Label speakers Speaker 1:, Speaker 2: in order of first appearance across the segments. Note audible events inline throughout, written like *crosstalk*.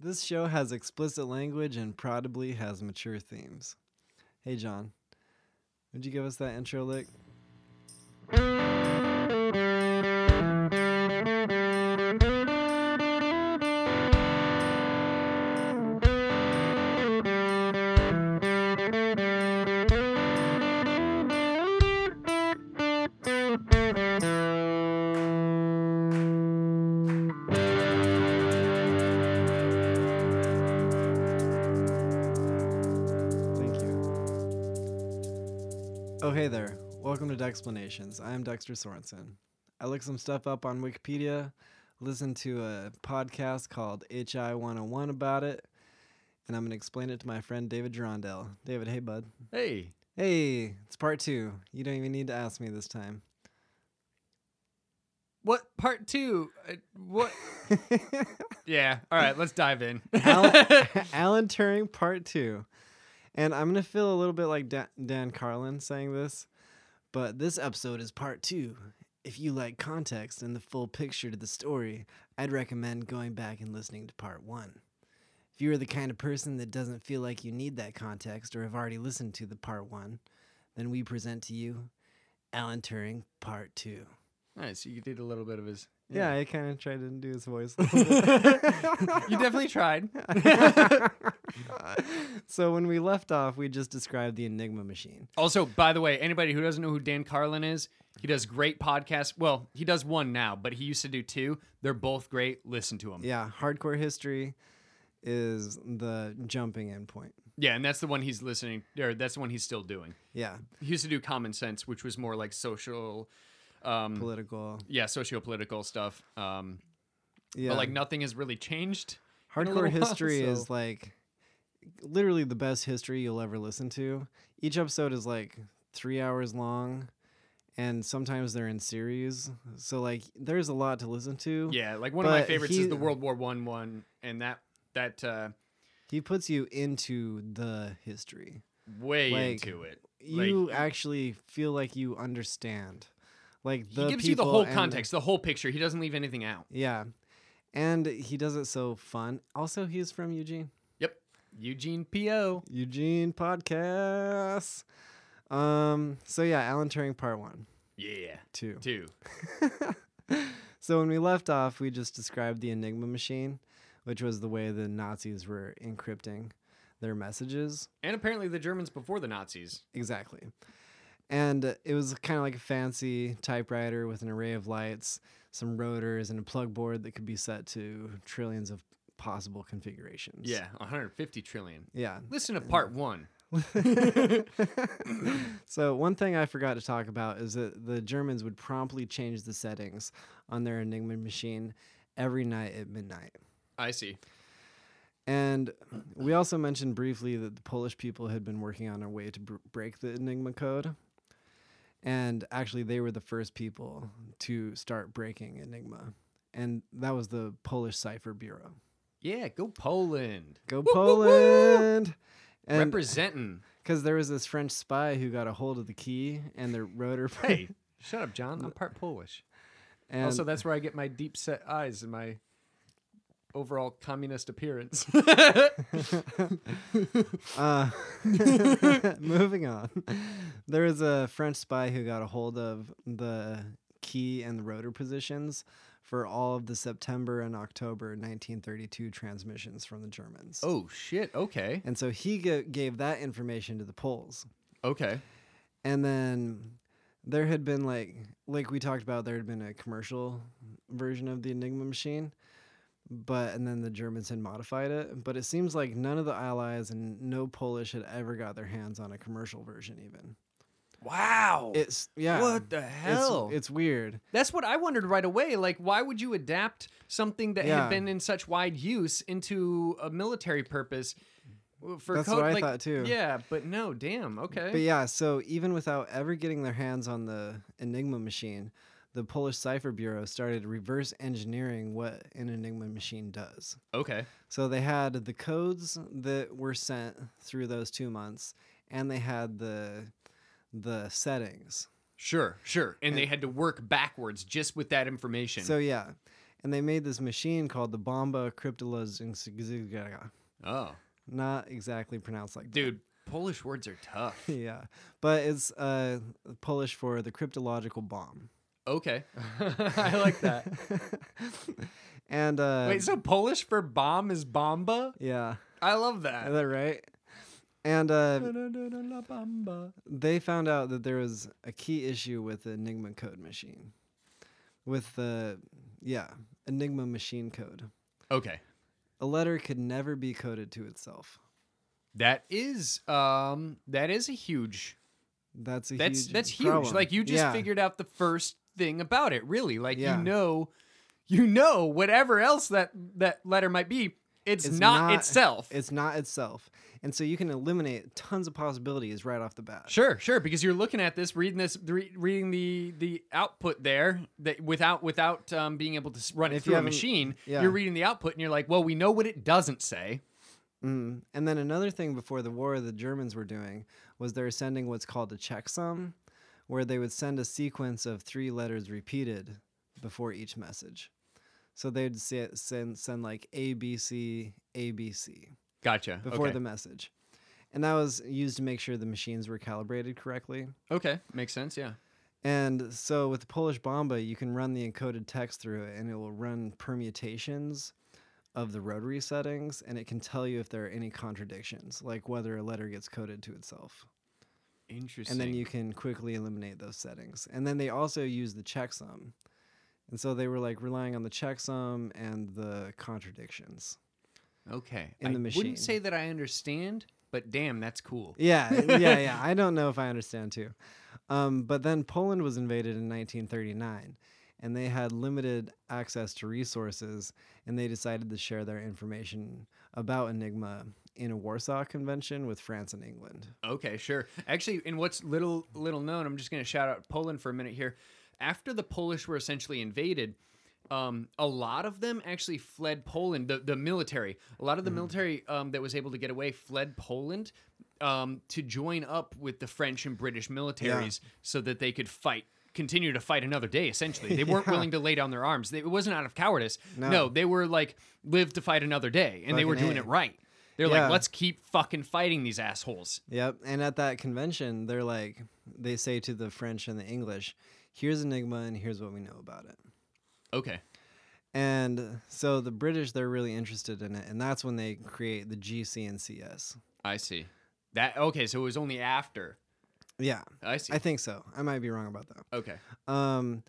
Speaker 1: This show has explicit language and probably has mature themes. Hey, John, would you give us that intro lick? Thank you. Oh, hey there. Welcome to Dexplanations. I am Dexter Sorensen. I looked some stuff up on Wikipedia, listened to a podcast called HI 101 about it, and I'm going to explain it to my friend David Gerondell. David, hey, bud.
Speaker 2: Hey,
Speaker 1: Hey, it's part two. You don't even need to ask me this time. *laughs*
Speaker 2: what part two? Uh, What? *laughs* yeah. All right, let's dive *laughs* in.
Speaker 1: Alan, *laughs* Alan Turing Part Two, and I'm gonna feel a little bit like da- Dan Carlin saying this, but this episode is Part Two. If you like context and the full picture to the story, I'd recommend going back and listening to Part One. If you are the kind of person that doesn't feel like you need that context or have already listened to the Part One, then we present to you Alan Turing Part Two.
Speaker 2: nice. You did a little bit of his.
Speaker 1: Yeah, I kind of tried to do his voice. a
Speaker 2: you
Speaker 1: little *laughs* bit.
Speaker 2: definitely *laughs* tried.
Speaker 1: so when we left off, we just described the Enigma machine.
Speaker 2: also, by the way, anybody who doesn't know who Dan Carlin is, he does great podcasts. Well, he does one now, but he used to do two. They're both great. Listen to them. Yeah,
Speaker 1: Yeah, hardcore history is the jumping in point.
Speaker 2: and that's the one he's listening, or that's the one he's still doing.
Speaker 1: Yeah,
Speaker 2: He used to do Common Sense, which was more like social. Um,
Speaker 1: political.
Speaker 2: yeah, socio-political stuff. Um,
Speaker 1: Yeah,
Speaker 2: But like nothing has really changed. a little *laughs*
Speaker 1: hardcore
Speaker 2: while,
Speaker 1: history
Speaker 2: so-
Speaker 1: is like literally the best history you'll ever listen to. Each episode is like three hours long, and sometimes they're in series. So like, there's a lot to listen to.
Speaker 2: Yeah, like one of my
Speaker 1: But
Speaker 2: favorites
Speaker 1: he-
Speaker 2: is the World War One one, and that that uh,
Speaker 1: He puts you into the history.
Speaker 2: way
Speaker 1: Like,
Speaker 2: into it. Like,
Speaker 1: you actually feel like you understand like the
Speaker 2: he gives you the
Speaker 1: people
Speaker 2: whole
Speaker 1: and-
Speaker 2: context, the whole picture. He doesn't leave anything out.
Speaker 1: yeah and he does it so fun also he's from eugene
Speaker 2: Yep, Eugene Po.
Speaker 1: eugene podcast um so yeah alan turing part one
Speaker 2: Yeah,
Speaker 1: two
Speaker 2: two.
Speaker 1: so when we left off we just described the enigma machine which was the way the nazis were encrypting their messages
Speaker 2: And apparently the Germans before the Nazis.
Speaker 1: Exactly. And uh, it was kind of like a fancy typewriter with an array of lights, some rotors, and a plug board that could be set to trillions of possible configurations.
Speaker 2: Yeah, 150 trillion.
Speaker 1: Yeah.
Speaker 2: Listen to part one.
Speaker 1: *laughs* so, one thing I forgot to talk about is that the Germans would promptly change the settings on their Enigma machine every night at midnight.
Speaker 2: I see.
Speaker 1: And we also mentioned briefly that the Polish people had been working on a way to br- break the Enigma code. And actually, they were the first people to start breaking Enigma. And that was the Polish Cipher Bureau.
Speaker 2: Yeah, go Poland.
Speaker 1: Go
Speaker 2: woo, woo.
Speaker 1: Poland! And *laughs*
Speaker 2: Representing.
Speaker 1: because there was this French spy who got a hold of the key and the rotor. *laughs*
Speaker 2: Hey, shut up, John. I'm part Polish.
Speaker 1: and
Speaker 2: also, that's where I get my deep set eyes and my overall
Speaker 1: *laughs*
Speaker 2: communist appearance.
Speaker 1: Uh, *laughs*
Speaker 2: *laughs*
Speaker 1: moving on. There was a French spy who got a hold of the key and the rotor positions for all of the September and October 1932 transmissions from the Germans.
Speaker 2: oh shit. Okay.
Speaker 1: And so he g- gave that information to the Poles.
Speaker 2: Okay.
Speaker 1: And then there had been like like we talked about there had been a commercial version of the Enigma machine, but and then the Germans had modified it, but it seems like none of the allies and no Polish had ever got their hands on a commercial version even.
Speaker 2: Wow.
Speaker 1: It's yeah.
Speaker 2: What the
Speaker 1: It's-
Speaker 2: hell?
Speaker 1: It's, weird.
Speaker 2: That's what I wondered right away. Like, why would you adapt something that
Speaker 1: Yeah.
Speaker 2: had been in such wide use into a military purpose? w- For
Speaker 1: That's
Speaker 2: code?
Speaker 1: what I
Speaker 2: like,
Speaker 1: thought, too.
Speaker 2: Yeah, but no, damn. Okay.
Speaker 1: But yeah, so even without ever getting their hands on the Enigma machine, the Polish Cipher Bureau started reverse engineering what an Enigma machine does.
Speaker 2: Okay.
Speaker 1: So they had the codes that were sent through those two months, and they had the the settings.
Speaker 2: Sure. Sure. And, they had to work backwards just with that information.
Speaker 1: So yeah, and they made this machine called the Bomba Cryptolozynska.
Speaker 2: Oh,
Speaker 1: Not exactly pronounced like that. *laughs*
Speaker 2: dude, Polish words are tough.
Speaker 1: yeah, but it's uh, Polish for the cryptological bomb. *laughs*
Speaker 2: Okay, *laughs* I like that.
Speaker 1: and uh,
Speaker 2: Wait, so Polish for bomb is bomba?
Speaker 1: yeah,
Speaker 2: I love
Speaker 1: is
Speaker 2: that.
Speaker 1: that right? And uh,
Speaker 2: La bomba.
Speaker 1: they found out that there was a key issue with the Enigma code machine, with the yeah Enigma machine code.
Speaker 2: Okay,
Speaker 1: A letter could never be coded to itself.
Speaker 2: that is um that is a huge
Speaker 1: That's a
Speaker 2: that's
Speaker 1: huge
Speaker 2: that's huge.
Speaker 1: problem.
Speaker 2: Like you just
Speaker 1: Yeah.
Speaker 2: figured out the first thing about it, really. Like
Speaker 1: Yeah.
Speaker 2: you know, you know whatever else that that letter might be, it's,
Speaker 1: It's
Speaker 2: not,
Speaker 1: not-
Speaker 2: itself.
Speaker 1: it's not itself, and so you can eliminate tons of possibilities right off the bat.
Speaker 2: sure, sure, because you're looking at this, reading this, re- reading the the output there that without without um, being able to s- run it
Speaker 1: If you
Speaker 2: through a
Speaker 1: haven't-
Speaker 2: machine,
Speaker 1: yeah.
Speaker 2: you're reading the output and you're like, well, we know what it doesn't say.
Speaker 1: Mm. And then another thing before the war the Germans were doing was they were sending what's called a checksum, where they would send a sequence of three letters repeated before each message. So they'd se- send send like A B C A B C
Speaker 2: Gotcha.
Speaker 1: before
Speaker 2: okay.
Speaker 1: the message, and that was used to make sure the machines were calibrated correctly.
Speaker 2: okay, makes sense. Yeah.
Speaker 1: And so with the Polish Bomba, you can run the encoded text through it and it will run permutations of the rotary settings and it can tell you if there are any contradictions, like whether a letter gets coded to itself.
Speaker 2: Interesting.
Speaker 1: And then you can quickly eliminate those settings. And then they also use the checksum. And so they were like relying on the checksum and the contradictions.
Speaker 2: okay.
Speaker 1: in
Speaker 2: I
Speaker 1: the machine.
Speaker 2: wouldn't say that I understand, but damn, that's cool.
Speaker 1: Yeah, yeah, yeah. I don't know if I understand too. Um, but then Poland was invaded in 1939, and they had limited access to resources, and they decided to share their information about Enigma in a Warsaw Convention with France and England.
Speaker 2: Okay, sure. Actually, in what's little little known, I'm just going to shout out Poland for a minute here. After the Polish were essentially invaded, um, a lot of them actually fled Poland. The the military, a lot of
Speaker 1: Mm.
Speaker 2: the military um, that was able to get away, fled Poland um, to join up with the French and British militaries so that they could fight. Continue to fight another day.
Speaker 1: *laughs*
Speaker 2: Essentially, they weren't
Speaker 1: Yeah.
Speaker 2: willing to lay down their arms. They, it wasn't out of cowardice.
Speaker 1: No.
Speaker 2: No. they were like live to fight another day, and they were
Speaker 1: Fucking
Speaker 2: doing
Speaker 1: A.
Speaker 2: it right. They're
Speaker 1: Yeah.
Speaker 2: like, let's keep fucking fighting these assholes.
Speaker 1: Yep. And at that convention, they're like, they say to the French and the English, here's Enigma, and here's what we know about it.
Speaker 2: Okay.
Speaker 1: And so the British, they're really interested in it, and that's when they create the GCNCS.
Speaker 2: I see. That okay, so it was only after.
Speaker 1: Yeah,
Speaker 2: I see.
Speaker 1: I think so. I might be wrong about that.
Speaker 2: okay.
Speaker 1: Um,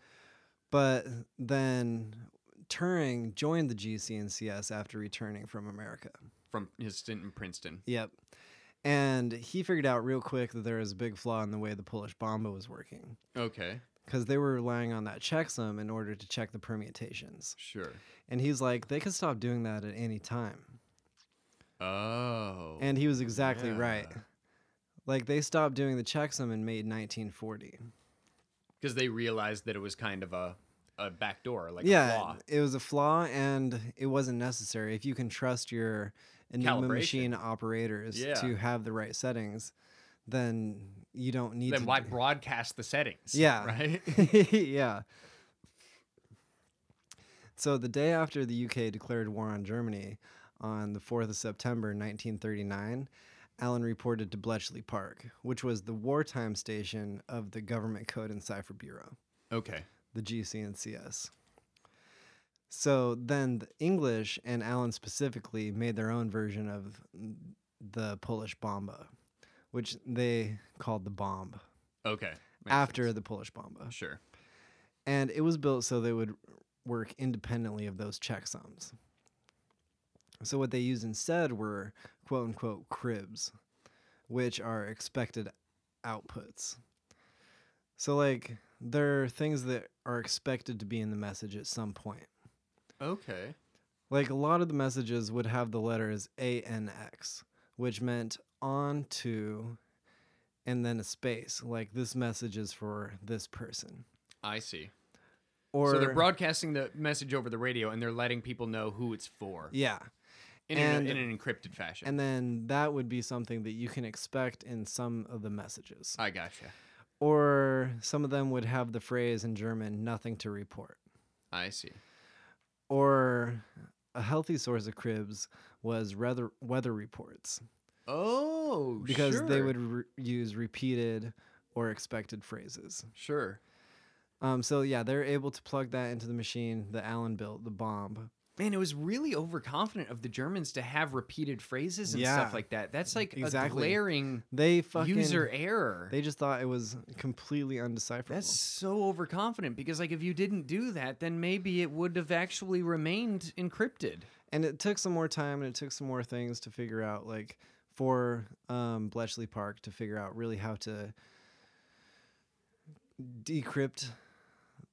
Speaker 1: but then Turing joined the GCNCS after returning from America.
Speaker 2: From his stint in Princeton.
Speaker 1: Yep. And he figured out real quick that there was a big flaw in the way the Polish bomba was working
Speaker 2: Okay.
Speaker 1: because they were relying on that checksum in order to check the permutations.
Speaker 2: Sure.
Speaker 1: And he's like, they could stop doing that at any time.
Speaker 2: Oh.
Speaker 1: And he was exactly right.
Speaker 2: Yeah.
Speaker 1: Like they stopped doing the checksum in May 1940.
Speaker 2: Because they realized that it was kind of a, a back door, like
Speaker 1: yeah,
Speaker 2: a flaw.
Speaker 1: it was a flaw, and it wasn't necessary. If you can trust your Enigma
Speaker 2: Calibration.
Speaker 1: machine operators
Speaker 2: Yeah.
Speaker 1: to have the right settings, then you don't need.
Speaker 2: Then
Speaker 1: to
Speaker 2: why
Speaker 1: do-
Speaker 2: broadcast the settings?
Speaker 1: Yeah.
Speaker 2: *laughs*
Speaker 1: *laughs*
Speaker 2: Right?
Speaker 1: yeah. So the day after the UK declared war on Germany, on the fourth of September 1939. Allen reported to Bletchley Park, which was the wartime station of the Government Code and Cipher Bureau
Speaker 2: okay.
Speaker 1: the GCNCS. So then the English and Allen specifically made their own version of the Polish bomba, which they called the bomb
Speaker 2: Okay. Makes
Speaker 1: after
Speaker 2: sense.
Speaker 1: the Polish bomba.
Speaker 2: Sure.
Speaker 1: And it was built so they would work independently of those checksums. So what they used instead were quote unquote cribs, which are expected outputs. So like there are things that are expected to be in the message at some point.
Speaker 2: Okay.
Speaker 1: Like a lot of the messages would have the letters ANX, which meant on to and then a space. Like this message is for this person.
Speaker 2: I see.
Speaker 1: Or
Speaker 2: so they're broadcasting the message over the radio and they're letting people know who it's for
Speaker 1: yeah.
Speaker 2: in,
Speaker 1: and-
Speaker 2: an, in an encrypted fashion.
Speaker 1: And then that would be something that you can expect in some of the messages.
Speaker 2: I gotcha.
Speaker 1: Or some of them would have the phrase in German, nothing to report.
Speaker 2: I see.
Speaker 1: or a healthy source of cribs was rather weather reports
Speaker 2: Oh,
Speaker 1: because they
Speaker 2: sure,
Speaker 1: would re- use repeated or expected phrases.
Speaker 2: sure.
Speaker 1: Um, so yeah, they're able to plug that into the machine that Alan built, the bomb.
Speaker 2: Man, it was really overconfident of the Germans to have repeated phrases and
Speaker 1: Yeah.
Speaker 2: stuff like that. That's like a
Speaker 1: Exactly.
Speaker 2: glaring
Speaker 1: They fucking
Speaker 2: user error.
Speaker 1: They just thought it was completely undecipherable.
Speaker 2: That's so overconfident because like if you didn't do that, then maybe it would have actually remained encrypted.
Speaker 1: and it took some more time and it took some more things to figure out like for um, bletchley park to figure out really how to decrypt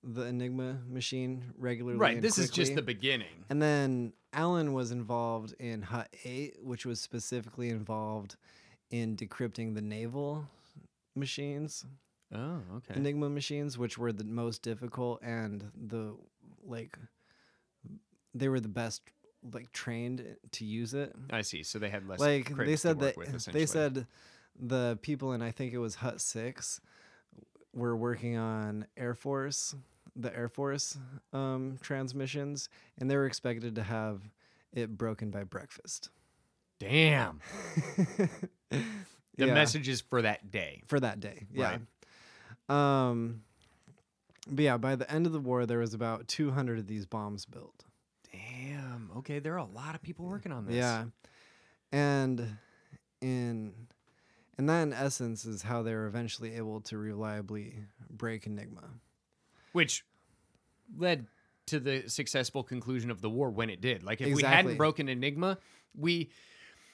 Speaker 1: the enigma machine regularly
Speaker 2: Right.
Speaker 1: and
Speaker 2: This is just
Speaker 1: quickly.
Speaker 2: the beginning.
Speaker 1: and then alan was involved in hut 8 which was specifically involved in decrypting the naval machines
Speaker 2: Oh, okay.
Speaker 1: Enigma machines, which were the most difficult and the like, they were the best like trained to use it.
Speaker 2: I see. So they had less
Speaker 1: like
Speaker 2: cribs
Speaker 1: they
Speaker 2: to
Speaker 1: said
Speaker 2: work
Speaker 1: that
Speaker 2: with,
Speaker 1: they
Speaker 2: essentially.
Speaker 1: said the people in I think it was Hut Six were working on Air Force, the Air Force um, transmissions, and they were expected to have it broken by breakfast. *laughs*
Speaker 2: "Damn,
Speaker 1: the
Speaker 2: the messages for that day."
Speaker 1: for that day. Yeah. Um but yeah, by the end of the war there was about 200 of these bombs built.
Speaker 2: Damn. Okay, there are a lot of people working on this.
Speaker 1: Yeah. And in and that in essence is how they were eventually able to reliably break Enigma.
Speaker 2: Which led to the successful conclusion of the war when it did. Like if we
Speaker 1: Exactly.
Speaker 2: hadn't broken Enigma, we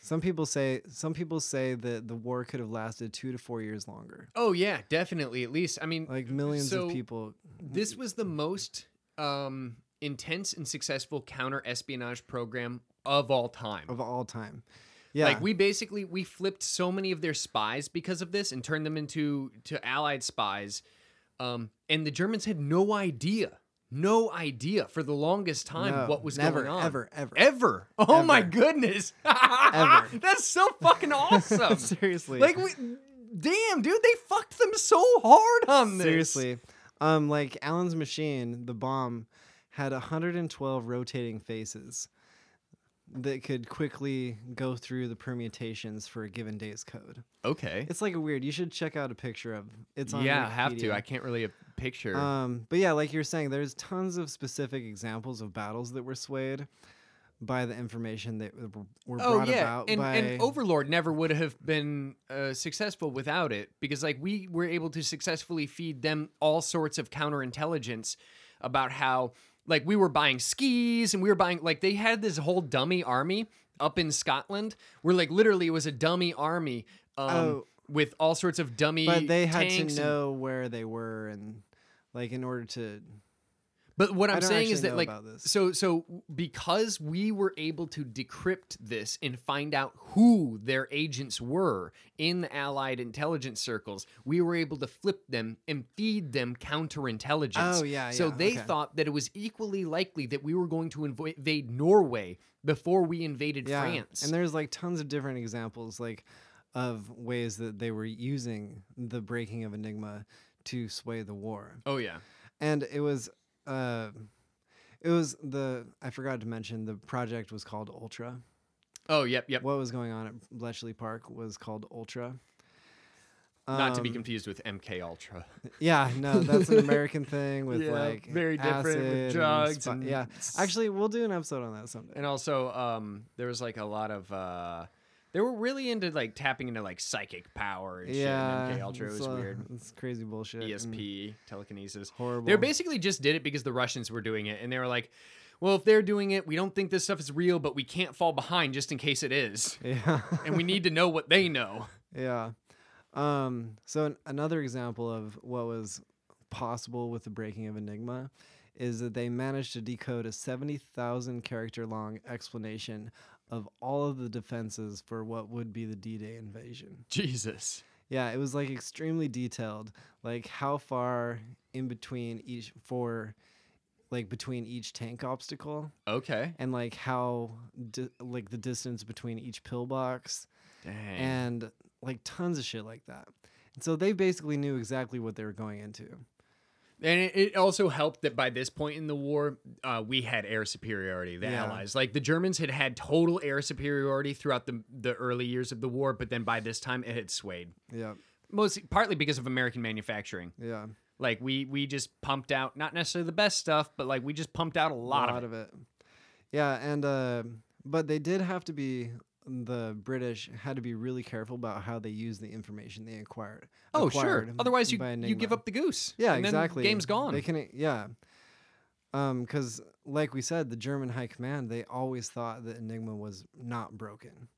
Speaker 1: Some people say some people say that the war could have lasted 2 to 4 years longer.
Speaker 2: Oh yeah, definitely. At least I mean
Speaker 1: Like millions
Speaker 2: So-
Speaker 1: of people
Speaker 2: this was the most um, intense and successful counter espionage program of all time.
Speaker 1: of all time. Yeah.
Speaker 2: Like we basically we flipped so many of their spies because of this and turned them into to allied spies. Um, and the Germans had no idea, no idea for the longest time
Speaker 1: No,
Speaker 2: what was
Speaker 1: never,
Speaker 2: going on.
Speaker 1: ever, ever.
Speaker 2: ever. Oh my goodness, *laughs*
Speaker 1: Ever.
Speaker 2: That's so fucking *laughs*
Speaker 1: *laughs*
Speaker 2: awesome.
Speaker 1: Seriously.
Speaker 2: like we, damn dude, they fucked them so hard on this.
Speaker 1: Seriously. Um, like Alan's machine, the bomb, had 112 rotating faces that could quickly go through the permutations for a given day's code.
Speaker 2: Okay.
Speaker 1: It's like a weird. You should check out a picture of it's on
Speaker 2: yeah, I have
Speaker 1: Wikipedia.
Speaker 2: to. I can't really uh, picture.
Speaker 1: Um, but yeah, like you're saying, there's tons of specific examples of battles that were swayed by the information that were were
Speaker 2: oh
Speaker 1: brought
Speaker 2: yeah,
Speaker 1: about
Speaker 2: and,
Speaker 1: by
Speaker 2: and Overlord never would have been uh, successful without it because like we were able to successfully feed them all sorts of counterintelligence about how like we were buying skis and we were buying like they had this whole dummy army up in Scotland where like literally it was a dummy army um,
Speaker 1: Oh.
Speaker 2: with all sorts of dummy
Speaker 1: but they had to
Speaker 2: tanks and-
Speaker 1: know where they were and like in order to
Speaker 2: But what
Speaker 1: I
Speaker 2: I'm
Speaker 1: don't
Speaker 2: saying is
Speaker 1: actually
Speaker 2: that
Speaker 1: know
Speaker 2: like
Speaker 1: about this.
Speaker 2: so so because we were able to decrypt this and find out who their agents were in the allied intelligence circles, we were able to flip them and feed them counterintelligence.
Speaker 1: Oh, yeah,
Speaker 2: So
Speaker 1: yeah,
Speaker 2: they
Speaker 1: okay.
Speaker 2: thought that it was equally likely that we were going to invo- invade Norway before we invaded France.
Speaker 1: And there's like tons of different examples like of ways that they were using the breaking of Enigma to sway the war.
Speaker 2: oh yeah.
Speaker 1: And it was uh it was the I forgot to mention the project was called Ultra.
Speaker 2: Oh yep, yep.
Speaker 1: What was going on at Bletchley Park was called Ultra.
Speaker 2: Not to be
Speaker 1: Um,
Speaker 2: confused with MK Ultra.
Speaker 1: Yeah, no, that's an
Speaker 2: *laughs*
Speaker 1: American thing with
Speaker 2: Yeah,
Speaker 1: like
Speaker 2: very different with
Speaker 1: acid and
Speaker 2: drugs
Speaker 1: spi-
Speaker 2: and
Speaker 1: yeah,
Speaker 2: s-
Speaker 1: actually, we'll do an episode on that someday.
Speaker 2: and also um there was like a lot of uh they were really into like tapping into like psychic power and
Speaker 1: yeah, mm.
Speaker 2: shit. And MK Ultra
Speaker 1: it's,
Speaker 2: was
Speaker 1: uh, *laughs*
Speaker 2: weird. E
Speaker 1: It's crazy bullshit. and-
Speaker 2: ESP, telekinesis.
Speaker 1: Horrible.
Speaker 2: They basically just did it because the Russians were doing it, and they were like, "Well, if they're doing it, we don't think this stuff is real, but we can't fall behind just in case it is,
Speaker 1: *laughs* Yeah.
Speaker 2: and we need to know what they know." *laughs*
Speaker 1: yeah. Um, so an- another example of what was possible with the breaking of Enigma is that they managed to decode a 70,000 character long explanation of all of the defenses for what would be the D-Day invasion.
Speaker 2: Jesus.
Speaker 1: Yeah, it was like extremely detailed, like how far in between each for like between each tank obstacle
Speaker 2: Okay.
Speaker 1: and like how di- like the distance between each pillbox
Speaker 2: Dang.
Speaker 1: and like tons of shit like that. And so they basically knew exactly what they were going into.
Speaker 2: And it, it also helped that by this point in the war, uh, we had air superiority, the
Speaker 1: Yeah.
Speaker 2: Allies. Like the Germans had had total air superiority throughout the, the early years of the war, but then by this time it had swayed.
Speaker 1: Yeah.
Speaker 2: Mostly, partly because of American manufacturing.
Speaker 1: Yeah.
Speaker 2: Like we we just pumped out not necessarily the best stuff, but like we just pumped out a lot, of, it.
Speaker 1: of it. Yeah, and uh, but they did have to be the British had to be really careful about how they use the information they acquired.
Speaker 2: Oh
Speaker 1: acquired
Speaker 2: sure. Otherwise you
Speaker 1: by
Speaker 2: you give
Speaker 1: Enigma.
Speaker 2: up the goose.
Speaker 1: Yeah,
Speaker 2: and
Speaker 1: exactly.
Speaker 2: Then game's gone.
Speaker 1: They can, yeah. Um, because like we said, the German High Command they always thought that Enigma was not broken.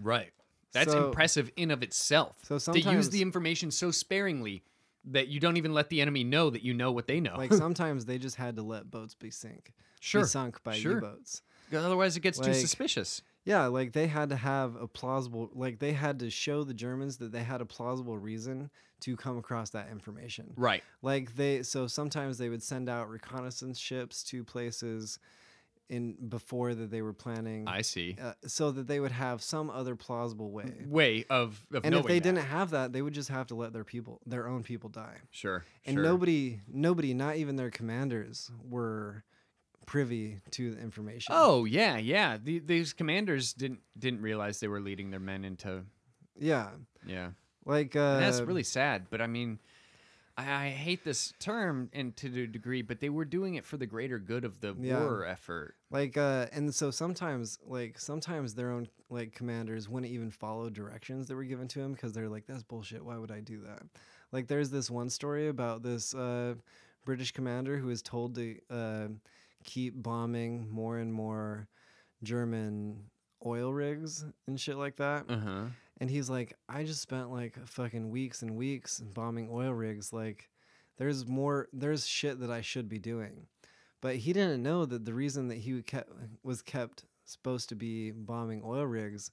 Speaker 2: Right. That's
Speaker 1: So-
Speaker 2: impressive in of itself.
Speaker 1: So
Speaker 2: to use
Speaker 1: sometimes-
Speaker 2: the information so sparingly that you don't even let the enemy know that you know what they know.
Speaker 1: Like sometimes they just had to let boats be sink,
Speaker 2: Oh. *laughs* sure.
Speaker 1: be sunk by
Speaker 2: sure.
Speaker 1: U-boats.
Speaker 2: Otherwise, it gets too
Speaker 1: Like-
Speaker 2: suspicious.
Speaker 1: Yeah, like they had to have a plausible, like they had to show the Germans that they had a plausible reason to come across that information.
Speaker 2: Right.
Speaker 1: like they so sometimes they would send out reconnaissance ships to places in before that they were planning
Speaker 2: I see.
Speaker 1: uh, so that they would have some other plausible way
Speaker 2: Way of, of
Speaker 1: and
Speaker 2: knowing
Speaker 1: if they
Speaker 2: that.
Speaker 1: didn't have that they would just have to let their people their own people die
Speaker 2: Sure.
Speaker 1: and
Speaker 2: sure.
Speaker 1: nobody nobody not even their commanders were privy to the information
Speaker 2: Oh yeah, yeah. The, these commanders didn't didn't realize they were leading their men into.
Speaker 1: yeah
Speaker 2: Yeah.
Speaker 1: like uh
Speaker 2: And that's really sad. But I mean, I, I hate this term and to a degree, but they were doing it for the greater good of the
Speaker 1: Yeah.
Speaker 2: war effort.
Speaker 1: like uh and so sometimes like sometimes their own like commanders wouldn't even follow directions that were given to them because they're like that's bullshit why would i do that like there's this one story about this uh british commander who was told to uh keep bombing more and more german oil rigs and shit like that
Speaker 2: Uh huh.
Speaker 1: and he's like i just spent like fucking weeks and weeks bombing oil rigs like there's more there's shit that i should be doing but he didn't know that the reason that he kept was kept supposed to be bombing oil rigs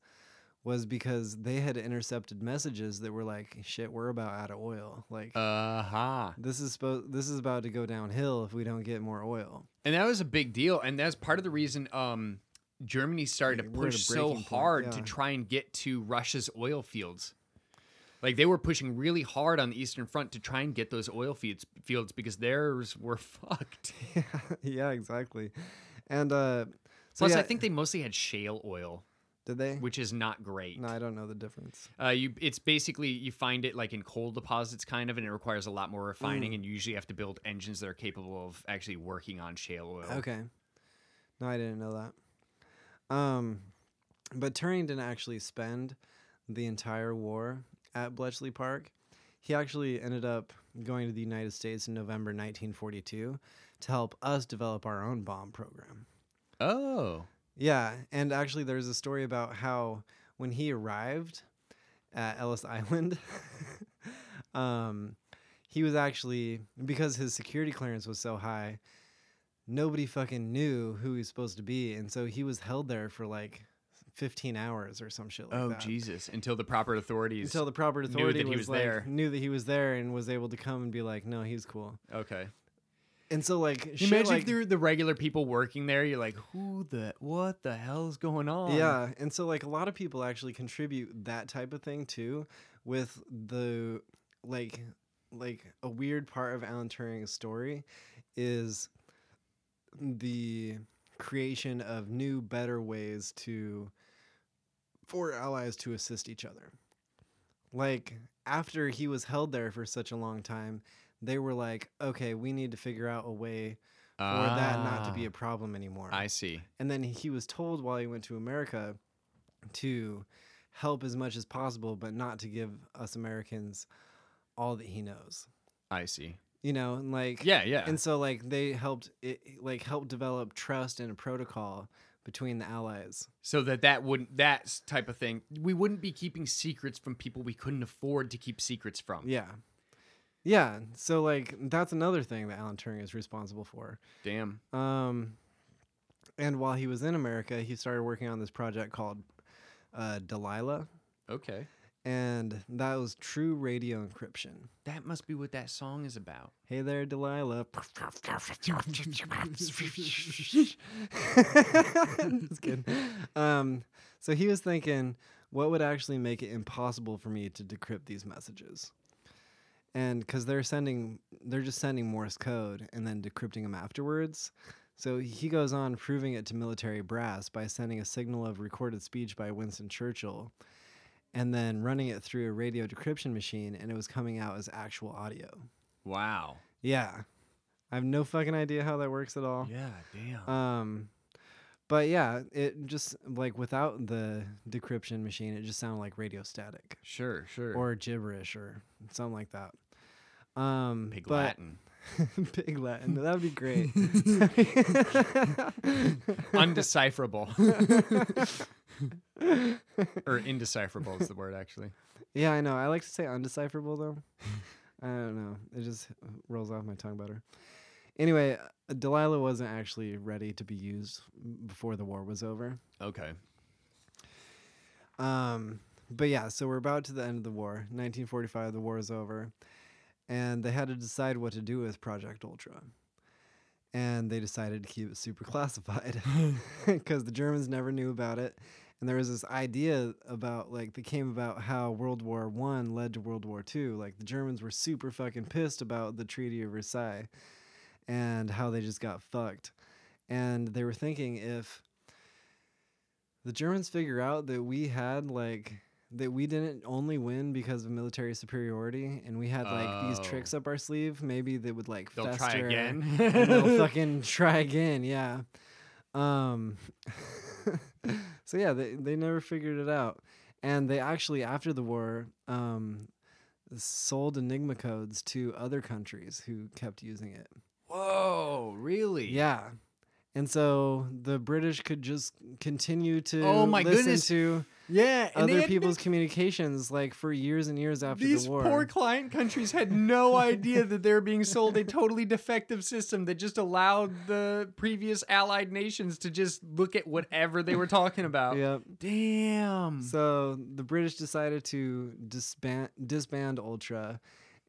Speaker 1: was because they had intercepted messages that were like shit we're about out of oil like
Speaker 2: Uh huh.
Speaker 1: this is supposed this is about to go downhill if we don't get more oil *laughs*
Speaker 2: And that was a big deal. And that's part of the reason um, Germany started to
Speaker 1: Yeah, we're at a
Speaker 2: push so
Speaker 1: breaking point,
Speaker 2: hard to
Speaker 1: yeah.
Speaker 2: try and get to Russia's oil fields. Like they were pushing really hard on the Eastern Front to try and get those oil fields, fields because theirs were *laughs* fucked.
Speaker 1: yeah exactly and uh so
Speaker 2: Plus,
Speaker 1: yeah,
Speaker 2: I think they mostly had shale oil,
Speaker 1: did they
Speaker 2: which is not great.
Speaker 1: no i don't know the difference
Speaker 2: Uh, you, it's basically you find it like in coal deposits, kind of, and it requires a lot more
Speaker 1: Mm.
Speaker 2: refining, and you usually have to build engines that are capable of actually working on shale oil.
Speaker 1: Okay. No, I didn't know that. Um, but Turing didn't actually spend the entire war at Bletchley Park. He actually ended up going to the United States in November 1942 to help us develop our own bomb program.
Speaker 2: Oh,
Speaker 1: Yeah, and actually, there's a story about how when he arrived at Ellis *laughs* Island, um, he was actually because his security clearance was so high, nobody fucking knew who he was supposed to be, and so he was held there for like 15 hours or some shit like
Speaker 2: oh,
Speaker 1: that.
Speaker 2: Jesus! Until the proper authorities.
Speaker 1: Until the proper
Speaker 2: that
Speaker 1: authority
Speaker 2: he
Speaker 1: was,
Speaker 2: was
Speaker 1: like,
Speaker 2: there.
Speaker 1: knew that he was there and was able to come and be like, no, he's cool.
Speaker 2: okay.
Speaker 1: And so like,
Speaker 2: You
Speaker 1: shit
Speaker 2: imagine
Speaker 1: like,
Speaker 2: if there were the regular people working there, you're like, who the what the hell's going on?
Speaker 1: Yeah, and so like a lot of people actually contribute that type of thing too, with the like like a weird part of Alan Turing's story is the creation of new better ways to for allies to assist each other. Like after he was held there for such a long time, they were like, "Okay, we need to figure out a way for that not to be a problem anymore."
Speaker 2: Ah, I see.
Speaker 1: And then he was told while he went to America to help as much as possible, but not to give us Americans all that he knows.
Speaker 2: I see.
Speaker 1: You know, and like
Speaker 2: Yeah, yeah.
Speaker 1: and so like they helped it like helped develop trust and a protocol between the allies.
Speaker 2: so that that wouldn't that s- type of thing. We wouldn't be keeping secrets from people we couldn't afford to keep secrets from.
Speaker 1: Yeah. Yeah. So like that's another thing that Alan Turing is responsible for.
Speaker 2: Damn.
Speaker 1: Um, and while he was in America, he started working on this project called uh, Delilah.
Speaker 2: Okay.
Speaker 1: and that was true radio encryption.
Speaker 2: That must be what that song is about.
Speaker 1: Hey there, Delilah. *laughs* Just kidding. Um, so he was thinking, what would actually make it impossible for me to decrypt these messages? and because they're sending they're just sending morse code and then decrypting them afterwards so he goes on proving it to military brass by sending a signal of recorded speech by winston churchill and then running it through a radio decryption machine and it was coming out as actual audio
Speaker 2: Wow.
Speaker 1: yeah i have no fucking idea how that works at all
Speaker 2: Yeah. Damn.
Speaker 1: um, but yeah, it just like without the decryption machine, it just sounded like radio static
Speaker 2: sure. Sure.
Speaker 1: or gibberish or something like that. Um,
Speaker 2: Pig
Speaker 1: but-
Speaker 2: *laughs* Latin.
Speaker 1: *laughs* pig
Speaker 2: *laughs*
Speaker 1: Latin. That would be great.
Speaker 2: Undecipherable. *laughs*
Speaker 1: *laughs*
Speaker 2: or indecipherable is the word actually.
Speaker 1: yeah, I know. I like to say undecipherable though. *laughs* I don't know. It just rolls off my tongue better. Anyway, uh, Delilah wasn't actually ready to be used before the war was over.
Speaker 2: Okay.
Speaker 1: Um, but yeah, so we're about to the end of the war. 1945, the war is over, and they had to decide what to do with Project Ultra. And they decided to keep it super *laughs*
Speaker 2: *laughs*
Speaker 1: classified because the Germans never knew about it. And there was this idea about like that came about how World War One led to World War Two. Like the Germans were super fucking pissed about the Treaty of Versailles and how they just got fucked. And they were thinking if the Germans figure out that we had like that we didn't only win because of military superiority and we had like these
Speaker 2: Oh.
Speaker 1: tricks up our sleeve, maybe they would like
Speaker 2: They'll
Speaker 1: fester
Speaker 2: try again.
Speaker 1: and
Speaker 2: *laughs*
Speaker 1: they'll fucking try again. Yeah. Um. *laughs* so yeah, they they never figured it out, and they actually after the war, um, sold Enigma codes to other countries who kept using it.
Speaker 2: Whoa! Really?
Speaker 1: Yeah. And so the British could just continue to
Speaker 2: Oh my
Speaker 1: listen
Speaker 2: goodness.
Speaker 1: to
Speaker 2: Yeah. and they
Speaker 1: other
Speaker 2: had
Speaker 1: people's communications like for years and years after
Speaker 2: These
Speaker 1: the war.
Speaker 2: poor client countries
Speaker 1: *laughs*
Speaker 2: had no idea that they were being sold a totally defective system that just allowed the previous allied nations to just look at whatever they
Speaker 1: *laughs*
Speaker 2: were talking about.
Speaker 1: Yep.
Speaker 2: Damn.
Speaker 1: So the British decided to disband disband Ultra,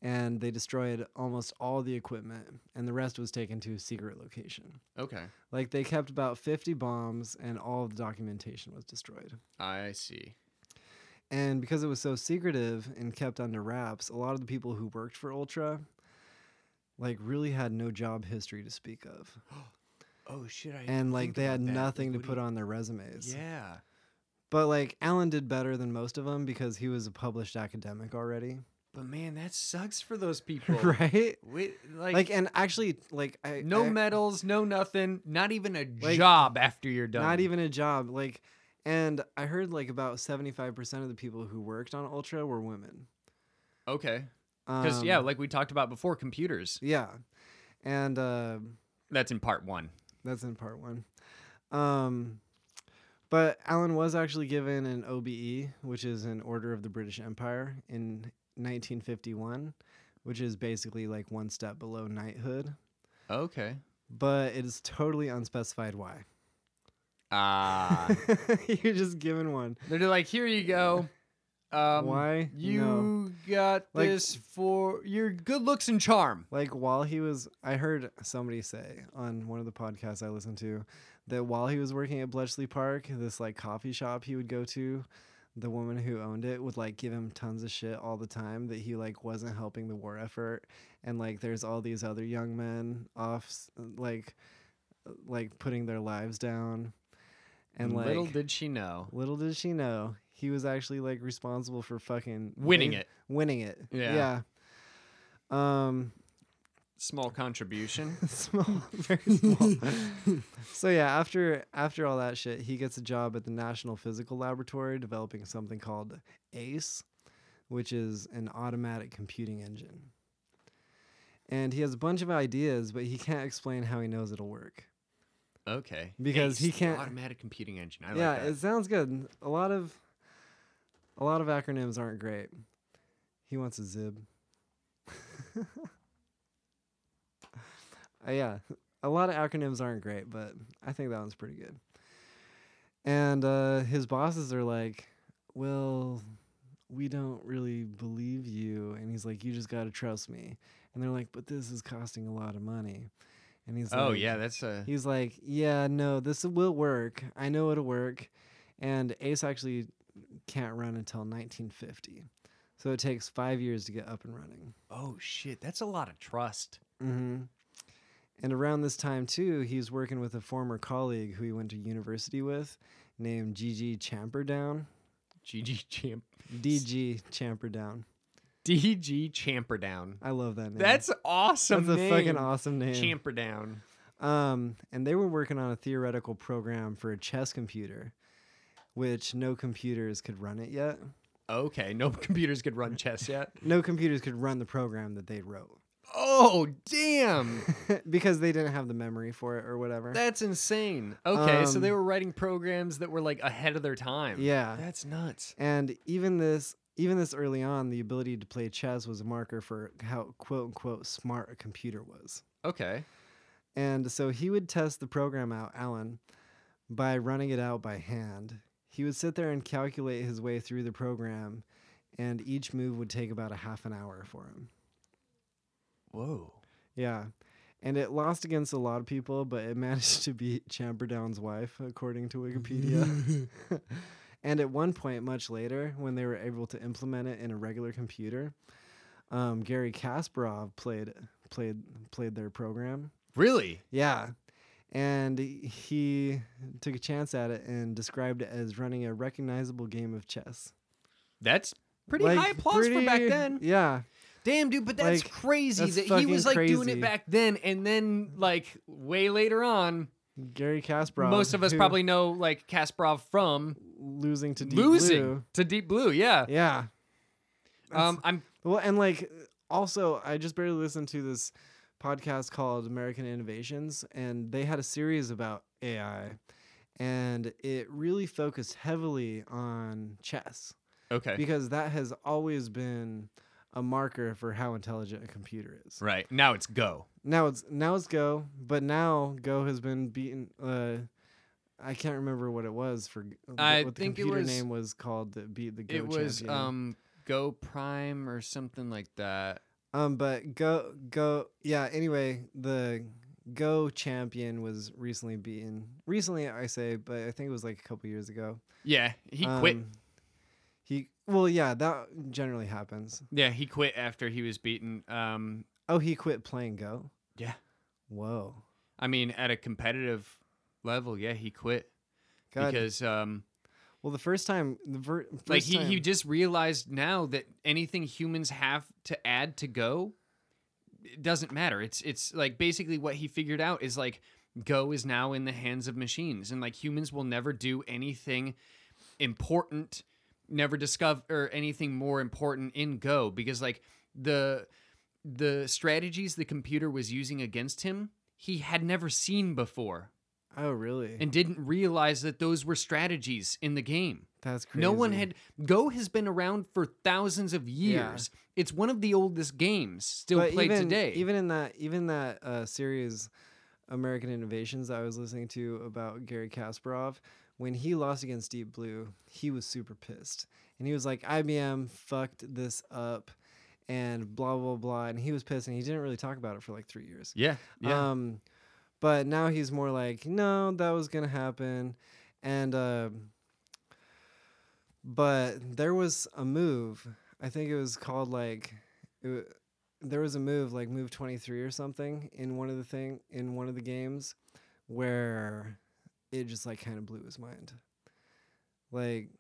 Speaker 1: and they destroyed almost all the equipment, and the rest was taken to a secret location.
Speaker 2: okay.
Speaker 1: Like they kept about 50 bombs, and all of the documentation was destroyed.
Speaker 2: I see.
Speaker 1: And because it was so secretive and kept under wraps, a lot of the people who worked for Ultra, like, really had no job history to speak of,
Speaker 2: Oh shit! I didn't
Speaker 1: and like
Speaker 2: think
Speaker 1: they had
Speaker 2: about that.
Speaker 1: nothing to
Speaker 2: What do
Speaker 1: put
Speaker 2: you-
Speaker 1: on their resumes.
Speaker 2: Yeah.
Speaker 1: But like Alan did better than most of them because he was a published academic already.
Speaker 2: But man, that sucks for those people.
Speaker 1: *laughs* right?
Speaker 2: Wait, like,
Speaker 1: Like, and actually, like, I
Speaker 2: no
Speaker 1: I-
Speaker 2: medals, no nothing, not even a
Speaker 1: Like,
Speaker 2: job after you're done.
Speaker 1: not even a job. Like, and I heard like about seventy five percent of the people who worked on Ultra were women.
Speaker 2: Okay. Because yeah,
Speaker 1: Um,
Speaker 2: like we talked about before, computers.
Speaker 1: yeah, and uh,
Speaker 2: That's in part one.
Speaker 1: that's in part one. Um, but Alan was actually given an OBE, which is an Order of the British Empire, in nineteen fifty one, which is basically like one step below knighthood.
Speaker 2: Okay.
Speaker 1: But it is totally unspecified why.
Speaker 2: Ah.
Speaker 1: *laughs* You're just given one.
Speaker 2: *laughs* They're like, here you go. Um,
Speaker 1: Why?
Speaker 2: You
Speaker 1: No.
Speaker 2: got
Speaker 1: Like-
Speaker 2: this for your good looks and charm.
Speaker 1: Like while he was, I heard somebody say on one of the podcasts I listened to that while he was working at Bletchley Park, this like coffee shop he would go to, the woman who owned it would like give him tons of shit all the time that he like wasn't helping the war effort, and like there's all these other young men off s- like like putting their lives down, and like
Speaker 2: little did she know,
Speaker 1: little did she know he was actually like responsible for fucking
Speaker 2: winning
Speaker 1: ba-
Speaker 2: it.
Speaker 1: winning it
Speaker 2: Yeah.
Speaker 1: yeah. Um,
Speaker 2: Small contribution.
Speaker 1: *laughs* small, very small. so yeah, after after all that shit, he gets a job at the National Physical Laboratory developing something called ACE, which is an automatic computing engine. And he has a bunch of ideas, but he can't explain how he knows it'll work.
Speaker 2: Okay.
Speaker 1: Because
Speaker 2: Ace,
Speaker 1: he
Speaker 2: the
Speaker 1: can't-
Speaker 2: Automatic computing engine. I
Speaker 1: yeah,
Speaker 2: like that.
Speaker 1: it sounds good. A lot of a lot of acronyms aren't great. He wants a zib. *laughs* Uh, yeah, a lot of acronyms aren't great, but I think that one's pretty good. And uh, his bosses are like, "Well, we don't really believe you," and he's like, "You just gotta trust me." And they're like, "But this is costing a lot of money," and he's
Speaker 2: oh
Speaker 1: like,
Speaker 2: yeah, that's a.
Speaker 1: He's like, yeah, no, this will work. I know it'll work. And Ace actually can't run until 1950. So it takes five years to get up and running.
Speaker 2: Oh shit, that's a lot of trust.
Speaker 1: hmm And around this time, too, he's working with a former colleague who he went to university with named Gigi Champerdown.
Speaker 2: GG Champ,
Speaker 1: DG Champerdown.
Speaker 2: DG Champerdown.
Speaker 1: I love that name.
Speaker 2: That's awesome.
Speaker 1: That's a fucking
Speaker 2: name.
Speaker 1: awesome name.
Speaker 2: Champerdown.
Speaker 1: Um, and they were working on a theoretical program for a chess computer, which no computers could run it yet.
Speaker 2: Okay, no *laughs* computers could run chess yet.
Speaker 1: No computers could run the program that they wrote
Speaker 2: *laughs*
Speaker 1: *laughs*
Speaker 2: Oh damn,
Speaker 1: because they didn't have the memory for it or whatever.
Speaker 2: that's insane. Okay, so they
Speaker 1: Um,
Speaker 2: were writing programs that were like ahead of their time.
Speaker 1: yeah.
Speaker 2: that's nuts.
Speaker 1: And even this even this early on, the ability to play chess was a marker for how quote unquote smart a computer was.
Speaker 2: Okay,
Speaker 1: And so he would test the program out, Alan, by running it out by hand. He would sit there and calculate his way through the program, and each move would take about a half an hour for him.
Speaker 2: whoa.
Speaker 1: Yeah. And it lost against a lot of people, but it *laughs* managed to beat Chamberdown's wife, according to
Speaker 2: *laughs*
Speaker 1: Wikipedia. *laughs* and at one point, much later, when they were able to implement it in a regular computer, um, Gary Kasparov played played played their program.
Speaker 2: Really?
Speaker 1: Yeah. And he took a chance at it and described it as running a recognizable game of chess.
Speaker 2: That's pretty
Speaker 1: Like,
Speaker 2: high applause for back
Speaker 1: pretty-
Speaker 2: then.
Speaker 1: Yeah.
Speaker 2: Damn, dude, but that's
Speaker 1: Like,
Speaker 2: crazy
Speaker 1: that's
Speaker 2: that he was like
Speaker 1: fucking
Speaker 2: doing it
Speaker 1: crazy.
Speaker 2: back then, and then like way later on,
Speaker 1: Gary Kasparov.
Speaker 2: most of us
Speaker 1: *laughs* who-
Speaker 2: probably know like Kasparov from
Speaker 1: losing to Deep
Speaker 2: losing
Speaker 1: Blue.
Speaker 2: to Deep Blue. Yeah.
Speaker 1: Yeah.
Speaker 2: Um, I'm
Speaker 1: Well, and like also, I just barely listened to this podcast called American Innovations, and they had a series about AI, and it really focused heavily on chess
Speaker 2: okay.
Speaker 1: because that has always been a marker for how intelligent a computer is.
Speaker 2: right now, it's go.
Speaker 1: Now it's now it's Go, but now Go has been beaten. Uh, I can't remember what it was for g-
Speaker 2: I
Speaker 1: what the
Speaker 2: think it
Speaker 1: computer
Speaker 2: was-
Speaker 1: name was called that beat the Go
Speaker 2: it was
Speaker 1: champion.
Speaker 2: um go prime or something like that
Speaker 1: Um, but go go yeah. Anyway, the Go champion was recently beaten. Recently, I say, but I think it was like a couple years ago.
Speaker 2: yeah he quit
Speaker 1: Um, He well, yeah, that generally happens.
Speaker 2: yeah he quit after he was beaten um
Speaker 1: Oh, he quit playing Go.
Speaker 2: Yeah.
Speaker 1: Whoa.
Speaker 2: i mean at a competitive level yeah he quit
Speaker 1: God.
Speaker 2: because um
Speaker 1: well, the first time the ver-
Speaker 2: like
Speaker 1: first
Speaker 2: he, he
Speaker 1: time-
Speaker 2: just realized now that anything humans have to add to go it doesn't matter it's it's like basically what he figured out is like go is now in the hands of machines and like humans will never do anything important never discover anything more important in go because like the the strategies the computer was using against him he had never seen before
Speaker 1: oh really
Speaker 2: and didn't realize that those were strategies in the game
Speaker 1: that's crazy.
Speaker 2: no one had Go has been around for thousands of years. It's one of the oldest games still
Speaker 1: But
Speaker 2: played
Speaker 1: even,
Speaker 2: today.
Speaker 1: Even in that even that uh, series, American Innovations, that I was listening to about Gary Kasparov, when he lost against Deep Blue, he was super pissed, and he was like, "IBM fucked this up," and blah blah blah, and he was pissed, and he didn't really talk about it for like three years.
Speaker 2: yeah,
Speaker 1: Um, but now he's more like, no, that was gonna happen, and um, but there was a move. I think it was called like, it, wa- there was a move like move twenty three or something in one of the thing in one of the games, where it just like kind of blew his mind, like.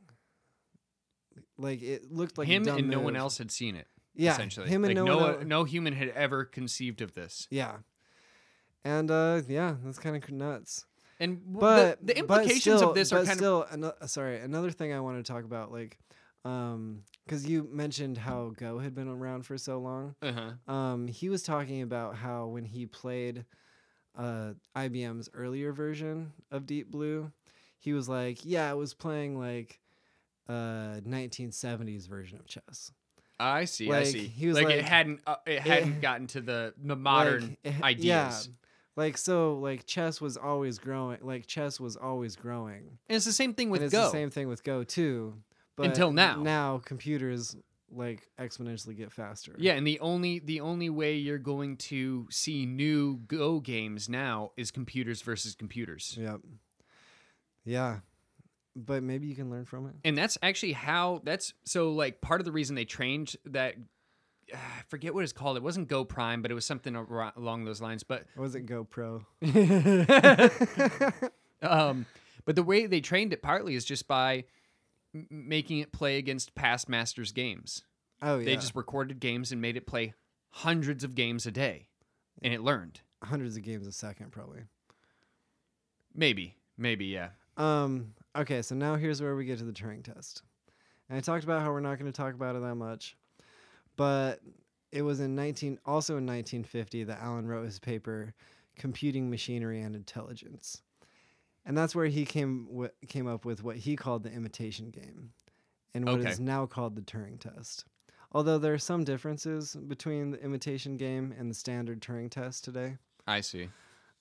Speaker 1: Like it looked like a
Speaker 2: him
Speaker 1: dumb
Speaker 2: and no one
Speaker 1: move.
Speaker 2: else had seen it.
Speaker 1: Yeah,
Speaker 2: essentially,
Speaker 1: him and no,
Speaker 2: Like, no
Speaker 1: one el-
Speaker 2: no human had ever conceived of this.
Speaker 1: Yeah, and uh, yeah, that's kind of nuts.
Speaker 2: And w-
Speaker 1: but
Speaker 2: the, the
Speaker 1: but
Speaker 2: implications
Speaker 1: still-
Speaker 2: of this are
Speaker 1: but
Speaker 2: kind of
Speaker 1: still ano- uh, sorry another thing i want to talk about like um because you mentioned how go had been around for so long
Speaker 2: uh-huh.
Speaker 1: um he was talking about how when he played uh ibm's earlier version of deep blue he was like yeah i was playing like uh 1970s version of chess
Speaker 2: I see. I
Speaker 1: Like,
Speaker 2: see.
Speaker 1: he was
Speaker 2: like, it
Speaker 1: like-
Speaker 2: hadn't uh, it hadn't gotten to the, the modern
Speaker 1: Like, it-
Speaker 2: ideas.
Speaker 1: yeah. like so like chess was always growing like chess was always growing
Speaker 2: And it's the same thing with
Speaker 1: and it's
Speaker 2: Go.
Speaker 1: the same thing with Go too. But
Speaker 2: Until now.
Speaker 1: now computers like exponentially get faster.
Speaker 2: Yeah, and the only the only way you're going to see new Go games now is computers versus computers.
Speaker 1: Yep. Yeah. but maybe you can learn from it.
Speaker 2: and that's actually how that's so like part of the reason they trained that uh, I forget what it's called. It wasn't Go Prime, but it was something ar- along those lines. But
Speaker 1: Or was it
Speaker 2: *laughs*
Speaker 1: GoPro?
Speaker 2: um, but the way they trained it partly is just by m- making it play against past masters games.
Speaker 1: *laughs* Oh yeah,
Speaker 2: They just recorded games and made it play hundreds of games a day, and it learned.
Speaker 1: hundreds of games a second probably.
Speaker 2: Maybe, maybe, yeah.
Speaker 1: Um. Okay, so now here's where we get to the Turing test, and I talked about how we're not going to talk about it that much, but it was in 19 also in 1950 that Allen wrote his paper, "Computing Machinery and Intelligence," and that's where he came w- came up with what he called the imitation game, and what is
Speaker 2: Okay.
Speaker 1: now called the Turing test. Although there are some differences between the imitation game and the standard Turing test today
Speaker 2: I see.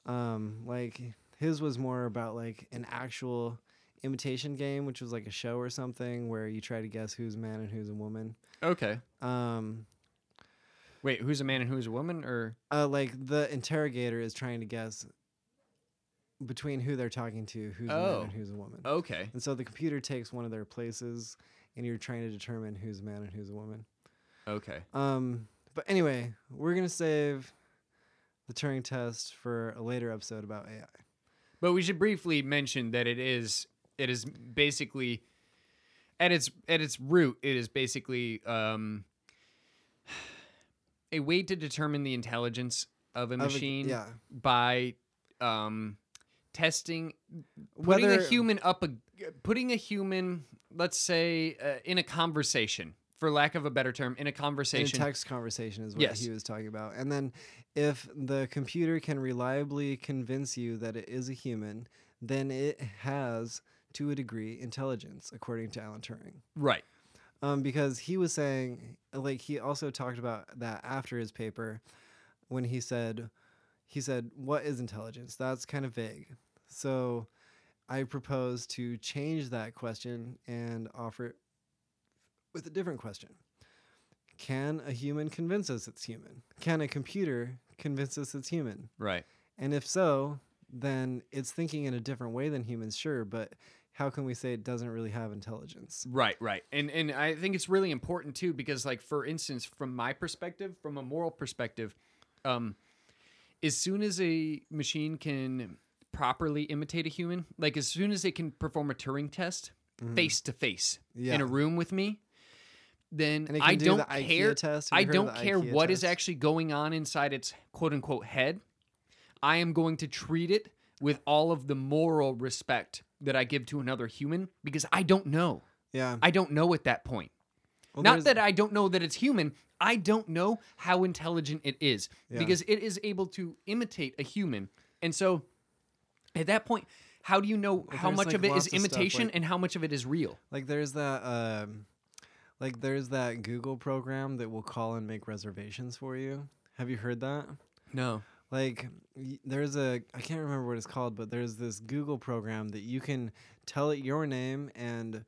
Speaker 1: um like his was more about like an actual imitation game which was like a show or something where you try to guess who's man and who's a woman
Speaker 2: Okay.
Speaker 1: um
Speaker 2: Wait, who's a man and who's a woman, or
Speaker 1: uh like the interrogator is trying to guess between who they're talking to who's a man
Speaker 2: Oh.
Speaker 1: and who's a woman
Speaker 2: okay?
Speaker 1: and so the computer takes one of their places and you're trying to determine who's a man and who's a woman
Speaker 2: Okay.
Speaker 1: um but anyway we're gonna save the turing test for a later episode about ai
Speaker 2: But we should briefly mention that it is it is basically at its at its root it is basically um, *sighs* a way to determine the intelligence of a
Speaker 1: Of a-
Speaker 2: machine
Speaker 1: yeah
Speaker 2: by um, testing
Speaker 1: whether
Speaker 2: putting a human up a putting a human let's say uh, in a conversation for lack of a better term
Speaker 1: in
Speaker 2: in a
Speaker 1: a
Speaker 2: conversation
Speaker 1: text conversation is what
Speaker 2: Yes.
Speaker 1: he was talking about. And then if the computer can reliably convince you that it is a human, then it has to a degree intelligence according to Alan Turing.
Speaker 2: right
Speaker 1: Um, because he was saying like he also talked about that after his paper when he said he said what is intelligence? That's kind of vague. So I propose to change that question and offer it with a different question. Can a human convince us it's human? Can a computer convince us it's human?
Speaker 2: right
Speaker 1: And if so, then it's thinking in a different way than humans, sure, but how can we say it doesn't really have intelligence?
Speaker 2: Right, right. And and I think it's really important too because like for instance from my perspective, from a moral perspective, um as soon as a machine can properly imitate a human, like as soon as they can perform a Turing test face to face in
Speaker 1: Mm-hmm. Yeah.
Speaker 2: a room with me, then
Speaker 1: And it can
Speaker 2: I
Speaker 1: do
Speaker 2: don't
Speaker 1: the IKEA
Speaker 2: care
Speaker 1: test. Have
Speaker 2: I
Speaker 1: you heard of
Speaker 2: don't
Speaker 1: the
Speaker 2: care what
Speaker 1: IKEA
Speaker 2: is
Speaker 1: test?
Speaker 2: actually going on inside its quote unquote head. I am going to treat it with all of the moral respect that I give to another human because I don't know.
Speaker 1: Yeah.
Speaker 2: I don't know at that point.
Speaker 1: Well,
Speaker 2: Not
Speaker 1: there's-
Speaker 2: that I don't know that it's human. I don't know how intelligent it is
Speaker 1: Yeah.
Speaker 2: because it is able to imitate a human. And so at that point, how do you know how
Speaker 1: there's,
Speaker 2: much
Speaker 1: like,
Speaker 2: of it
Speaker 1: lots
Speaker 2: is
Speaker 1: of stuff,
Speaker 2: imitation
Speaker 1: like-
Speaker 2: and how much of it is real?
Speaker 1: like there's that um like there's that Google program that will call and make reservations for you. Have you heard that?
Speaker 2: No.
Speaker 1: Like y- there's a I can't remember what it's called, but there's this Google program that you can tell it your name and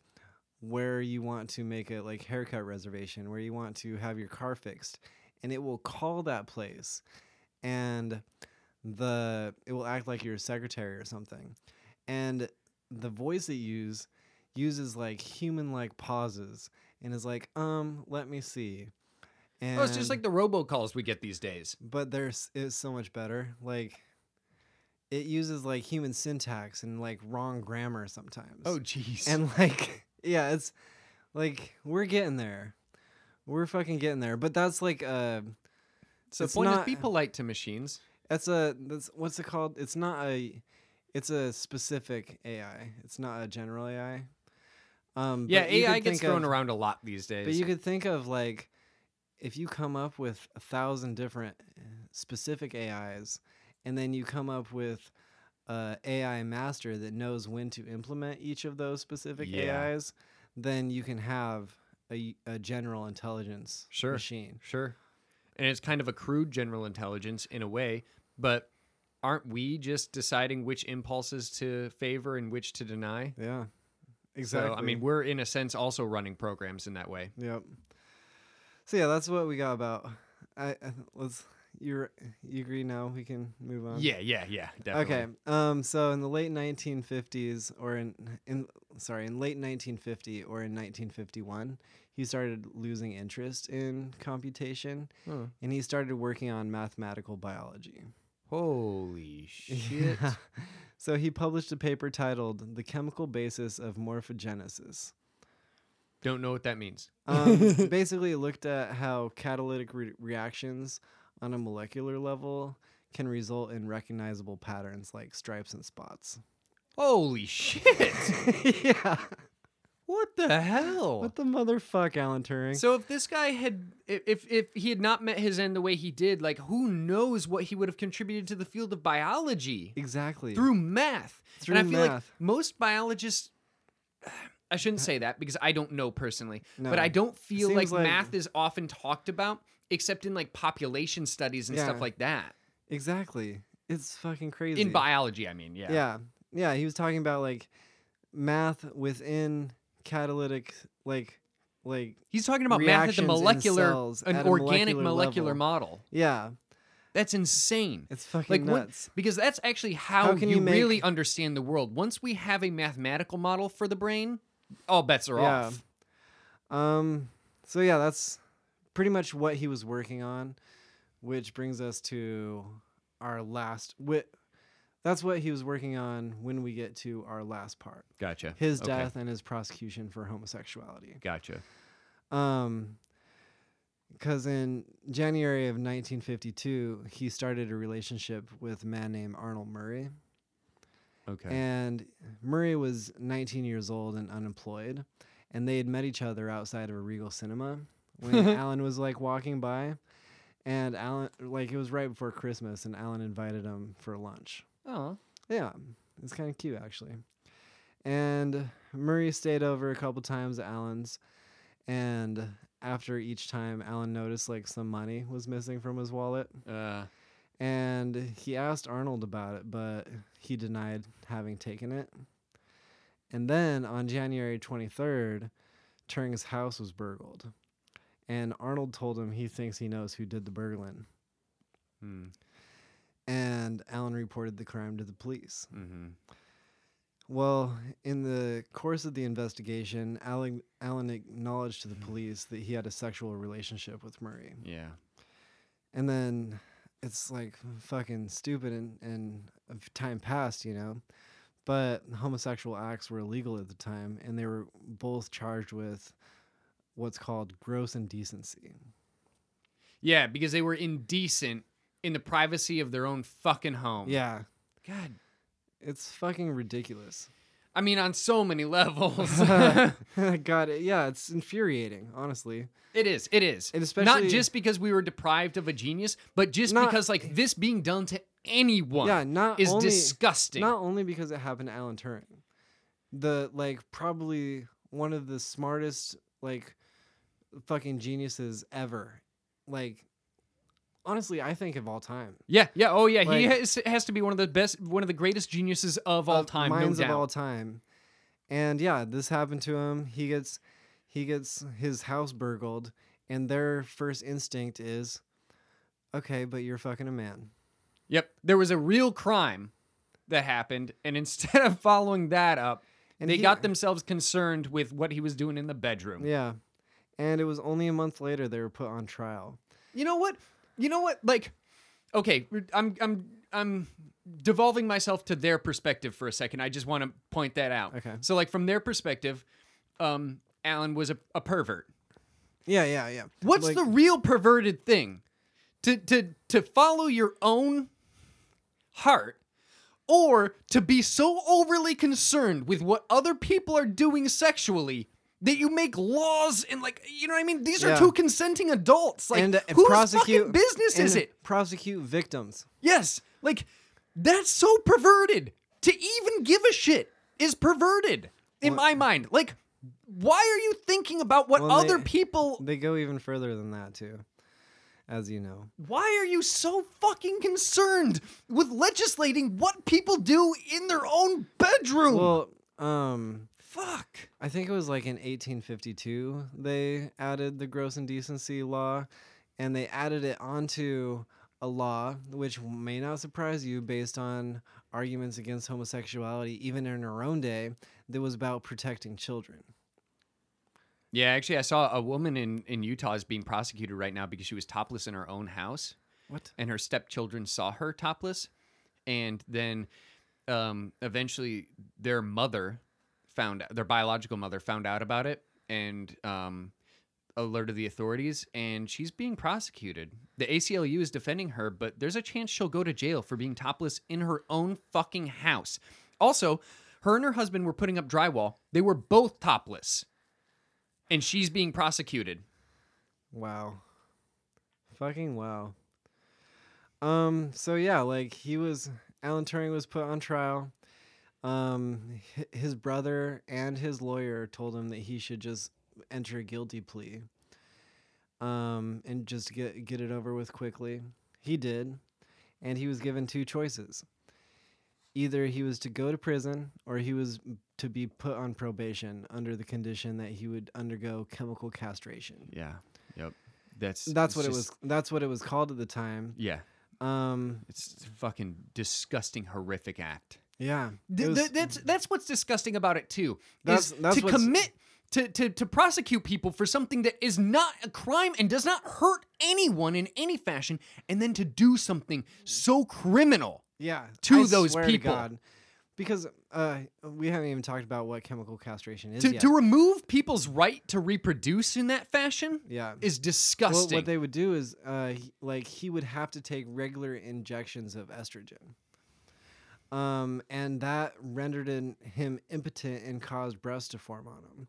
Speaker 1: where you want to make a like haircut reservation, where you want to have your car fixed, and it will call that place and the it will act like your secretary or something. And the voice it use uses like human like pauses and is like, um, let me see. And
Speaker 2: Oh, it's just like the robocalls we get these days.
Speaker 1: but there's it's so much better. Like it uses like human syntax and like wrong grammar sometimes.
Speaker 2: Oh, jeez.
Speaker 1: and like *laughs* yeah, it's like we're getting there. We're fucking getting there. But that's like uh
Speaker 2: so the
Speaker 1: it's
Speaker 2: point
Speaker 1: not-
Speaker 2: is be polite to machines.
Speaker 1: that's a that's what's it called? It's not a it's a specific AI. It's not a general AI. Um
Speaker 2: Yeah,
Speaker 1: but you
Speaker 2: AI
Speaker 1: could
Speaker 2: gets
Speaker 1: think
Speaker 2: thrown
Speaker 1: of-
Speaker 2: around a lot these days.
Speaker 1: But you could think of like if you come up with a thousand different uh, specific AIs, and then you come up with a AI master that knows when to implement each of those specific
Speaker 2: Yeah.
Speaker 1: AIs, then you can have a, a general intelligence
Speaker 2: Sure.
Speaker 1: machine.
Speaker 2: Sure. And it's kind of a crude general intelligence in a way, but aren't we just deciding which impulses to favor and which to deny?
Speaker 1: Yeah, exactly.
Speaker 2: So, I mean, we're in a sense also running programs in that way.
Speaker 1: yep. So yeah, that's what we got about. I, I let's you you agree now we can move on.
Speaker 2: Yeah, yeah, yeah. Definitely.
Speaker 1: Okay. Um. So in the late 1950s, or in in sorry, in late 1950 or in 1951, he started losing interest in computation,
Speaker 2: Huh.
Speaker 1: and he started working on mathematical biology.
Speaker 2: Holy
Speaker 1: *laughs*
Speaker 2: shit.
Speaker 1: Yeah. So he published a paper titled "The Chemical Basis of Morphogenesis."
Speaker 2: Don't know what that means. *laughs*
Speaker 1: Um, basically, it looked at how catalytic re- reactions on a molecular level can result in recognizable patterns like stripes and
Speaker 2: *laughs*
Speaker 1: spots. *laughs*
Speaker 2: Holy *laughs* shit.
Speaker 1: yeah.
Speaker 2: what the hell?
Speaker 1: What the motherfuck, Alan Turing?
Speaker 2: so if this guy had if- if if he had not met his end the way he did, like who knows what he would have contributed to the field of biology
Speaker 1: exactly.
Speaker 2: through math.
Speaker 1: Through
Speaker 2: and I feel like
Speaker 1: math.
Speaker 2: most biologists I shouldn't say that because I don't know personally,
Speaker 1: No.
Speaker 2: but I don't feel like,
Speaker 1: seems like-
Speaker 2: math is often talked about except in like population studies and
Speaker 1: Yeah.
Speaker 2: stuff like that.
Speaker 1: exactly. It's fucking crazy.
Speaker 2: In biology, I mean, yeah.
Speaker 1: Yeah. Yeah. He was talking about like math within catalytic, like, like,
Speaker 2: He's talking about math at
Speaker 1: Reactions
Speaker 2: the
Speaker 1: in
Speaker 2: molecular,
Speaker 1: cells
Speaker 2: an
Speaker 1: at a
Speaker 2: organic
Speaker 1: molecular
Speaker 2: molecular
Speaker 1: level.
Speaker 2: model.
Speaker 1: yeah.
Speaker 2: That's insane.
Speaker 1: It's fucking
Speaker 2: like what-
Speaker 1: nuts.
Speaker 2: because that's actually how,
Speaker 1: How can
Speaker 2: you,
Speaker 1: you make-
Speaker 2: really understand the world. Once we have a mathematical model for the brain, all bets are
Speaker 1: Yeah.
Speaker 2: off.
Speaker 1: Um, so yeah, that's pretty much what he was working on, which brings us to our last. Wi- that's what he was working on when we get to our last part:
Speaker 2: Gotcha.
Speaker 1: his death and his prosecution for homosexuality.
Speaker 2: Gotcha.
Speaker 1: Um, because in January of 1952, he started a relationship with a man named Arnold Murray,
Speaker 2: Okay.
Speaker 1: and Murray was 19 years old and unemployed, and they had met each other outside of a Regal Cinema when Alan was like walking by, and Alan like it was right before Christmas, and Alan invited him for lunch.
Speaker 2: oh.
Speaker 1: Yeah, it's kind of cute actually. And Murray stayed over a couple times at Alan's, and after each time, Alan noticed like some money was missing from his wallet,
Speaker 2: Uh,
Speaker 1: and he asked Arnold about it, but he denied having taken it. And then on January 23rd, Turing's house was burgled. And Arnold told him he thinks he knows who did the burgling.
Speaker 2: hmm,
Speaker 1: And Alan reported the crime to the police.
Speaker 2: mhm.
Speaker 1: Well, in the course of the investigation, Alan, Alan acknowledged to
Speaker 2: Mm-hmm.
Speaker 1: the police that he had a sexual relationship with Murray.
Speaker 2: Yeah.
Speaker 1: and then it's like fucking stupid and, and of time passed you know but homosexual acts were illegal at the time and they were both charged with what's called gross indecency
Speaker 2: Yeah, because they were indecent in the privacy of their own fucking home.
Speaker 1: yeah
Speaker 2: God.
Speaker 1: it's fucking
Speaker 2: *laughs*
Speaker 1: ridiculous
Speaker 2: I mean, on so
Speaker 1: *laughs*
Speaker 2: many *laughs* levels. *laughs*
Speaker 1: god it, yeah it's infuriating honestly
Speaker 2: It is. It is.
Speaker 1: And especially-
Speaker 2: not just because we were deprived of a genius, but just
Speaker 1: Not-
Speaker 2: because like this being done to anyone
Speaker 1: yeah not
Speaker 2: is
Speaker 1: only,
Speaker 2: disgusting.
Speaker 1: not only because it happened to alan turing the like probably one of the smartest like fucking geniuses ever like honestly i think of all time
Speaker 2: yeah, yeah. Oh yeah, he
Speaker 1: Like-
Speaker 2: has, has to be one of the best, one of the greatest geniuses of all
Speaker 1: Of
Speaker 2: time, no
Speaker 1: minds
Speaker 2: doubt.
Speaker 1: of all time and yeah this happened to him he gets he gets his house burgled and their first instinct is okay but you're fucking a man
Speaker 2: yep. There was a real crime that happened, and *laughs* instead of following that up,
Speaker 1: And
Speaker 2: they
Speaker 1: he-
Speaker 2: got themselves concerned with what he was doing in the bedroom.
Speaker 1: yeah and it was only a month later they were put on trial
Speaker 2: You know what? You know what? Like, okay, I'm I'm I'm devolving myself to their perspective for a second. I just want to point that out.
Speaker 1: Okay.
Speaker 2: So like from their perspective, um, Alan was a, a pervert.
Speaker 1: yeah yeah yeah
Speaker 2: What's
Speaker 1: Like-
Speaker 2: the real perverted thing? To to to follow your own heart or to be so overly concerned with what other people are doing sexually that you make laws and like you know what I mean? These are
Speaker 1: Yeah.
Speaker 2: two consenting adults. Like
Speaker 1: and, uh,
Speaker 2: whose fucking
Speaker 1: prosecute
Speaker 2: business is
Speaker 1: and
Speaker 2: it?
Speaker 1: Prosecute victims.
Speaker 2: Yes. Like that's so perverted. To even give a shit is perverted in my mind. Like why are you thinking about what
Speaker 1: Well,
Speaker 2: other
Speaker 1: they-
Speaker 2: people
Speaker 1: They go even further than that too, as you know.
Speaker 2: Why are you so fucking concerned with legislating what people do in their own bedroom?
Speaker 1: Well, um,
Speaker 2: Fuck.
Speaker 1: I think it was like in 1852 they added the gross indecency law, and they added it onto a law which may not surprise you based on arguments against homosexuality, even in her own day, that was about protecting children.
Speaker 2: Yeah, actually, I saw a woman in, in Utah is being prosecuted right now because she was topless in her own house,
Speaker 1: What?
Speaker 2: and her stepchildren saw her topless, and then um, eventually their mother found their biological mother found out about it and um, alerted the authorities, and she's being prosecuted. The ACLU is defending her, but there's a chance she'll go to jail for being topless in her own fucking house. Also, her and her husband were putting up drywall. They were both topless and she's being prosecuted.
Speaker 1: Wow. Fucking wow. Um, so yeah, like he was Alan Turing was put on trial. Um hi- his brother and his lawyer told him that he should just enter a guilty plea. Um and just get get it over with quickly. He did. And he was given two choices. Either he was to go to prison or he was to be put on probation under the condition that he would undergo chemical castration.
Speaker 2: Yeah. Yep. That's
Speaker 1: That's what it was. That's what it was called at the time.
Speaker 2: Yeah.
Speaker 1: Um,
Speaker 2: It's a fucking disgusting, horrific act.
Speaker 1: yeah, it was-
Speaker 2: that's that's what's disgusting about it too.
Speaker 1: That's-
Speaker 2: is
Speaker 1: that's
Speaker 2: to
Speaker 1: what's-
Speaker 2: commit to, to to prosecute people for something that is not a crime and does not hurt anyone in any fashion, and then to do something so criminal.
Speaker 1: yeah.
Speaker 2: to
Speaker 1: I
Speaker 2: those
Speaker 1: swear
Speaker 2: people.
Speaker 1: because uh, we haven't even talked about what chemical castration is
Speaker 2: To,
Speaker 1: yet.
Speaker 2: to remove people's right to reproduce in that fashion
Speaker 1: yeah.
Speaker 2: is
Speaker 1: Well,
Speaker 2: disgusting.
Speaker 1: what they would do is, uh, he- like, he would have to take regular injections of estrogen. Um, and that rendered in- him impotent and caused breasts to form on him.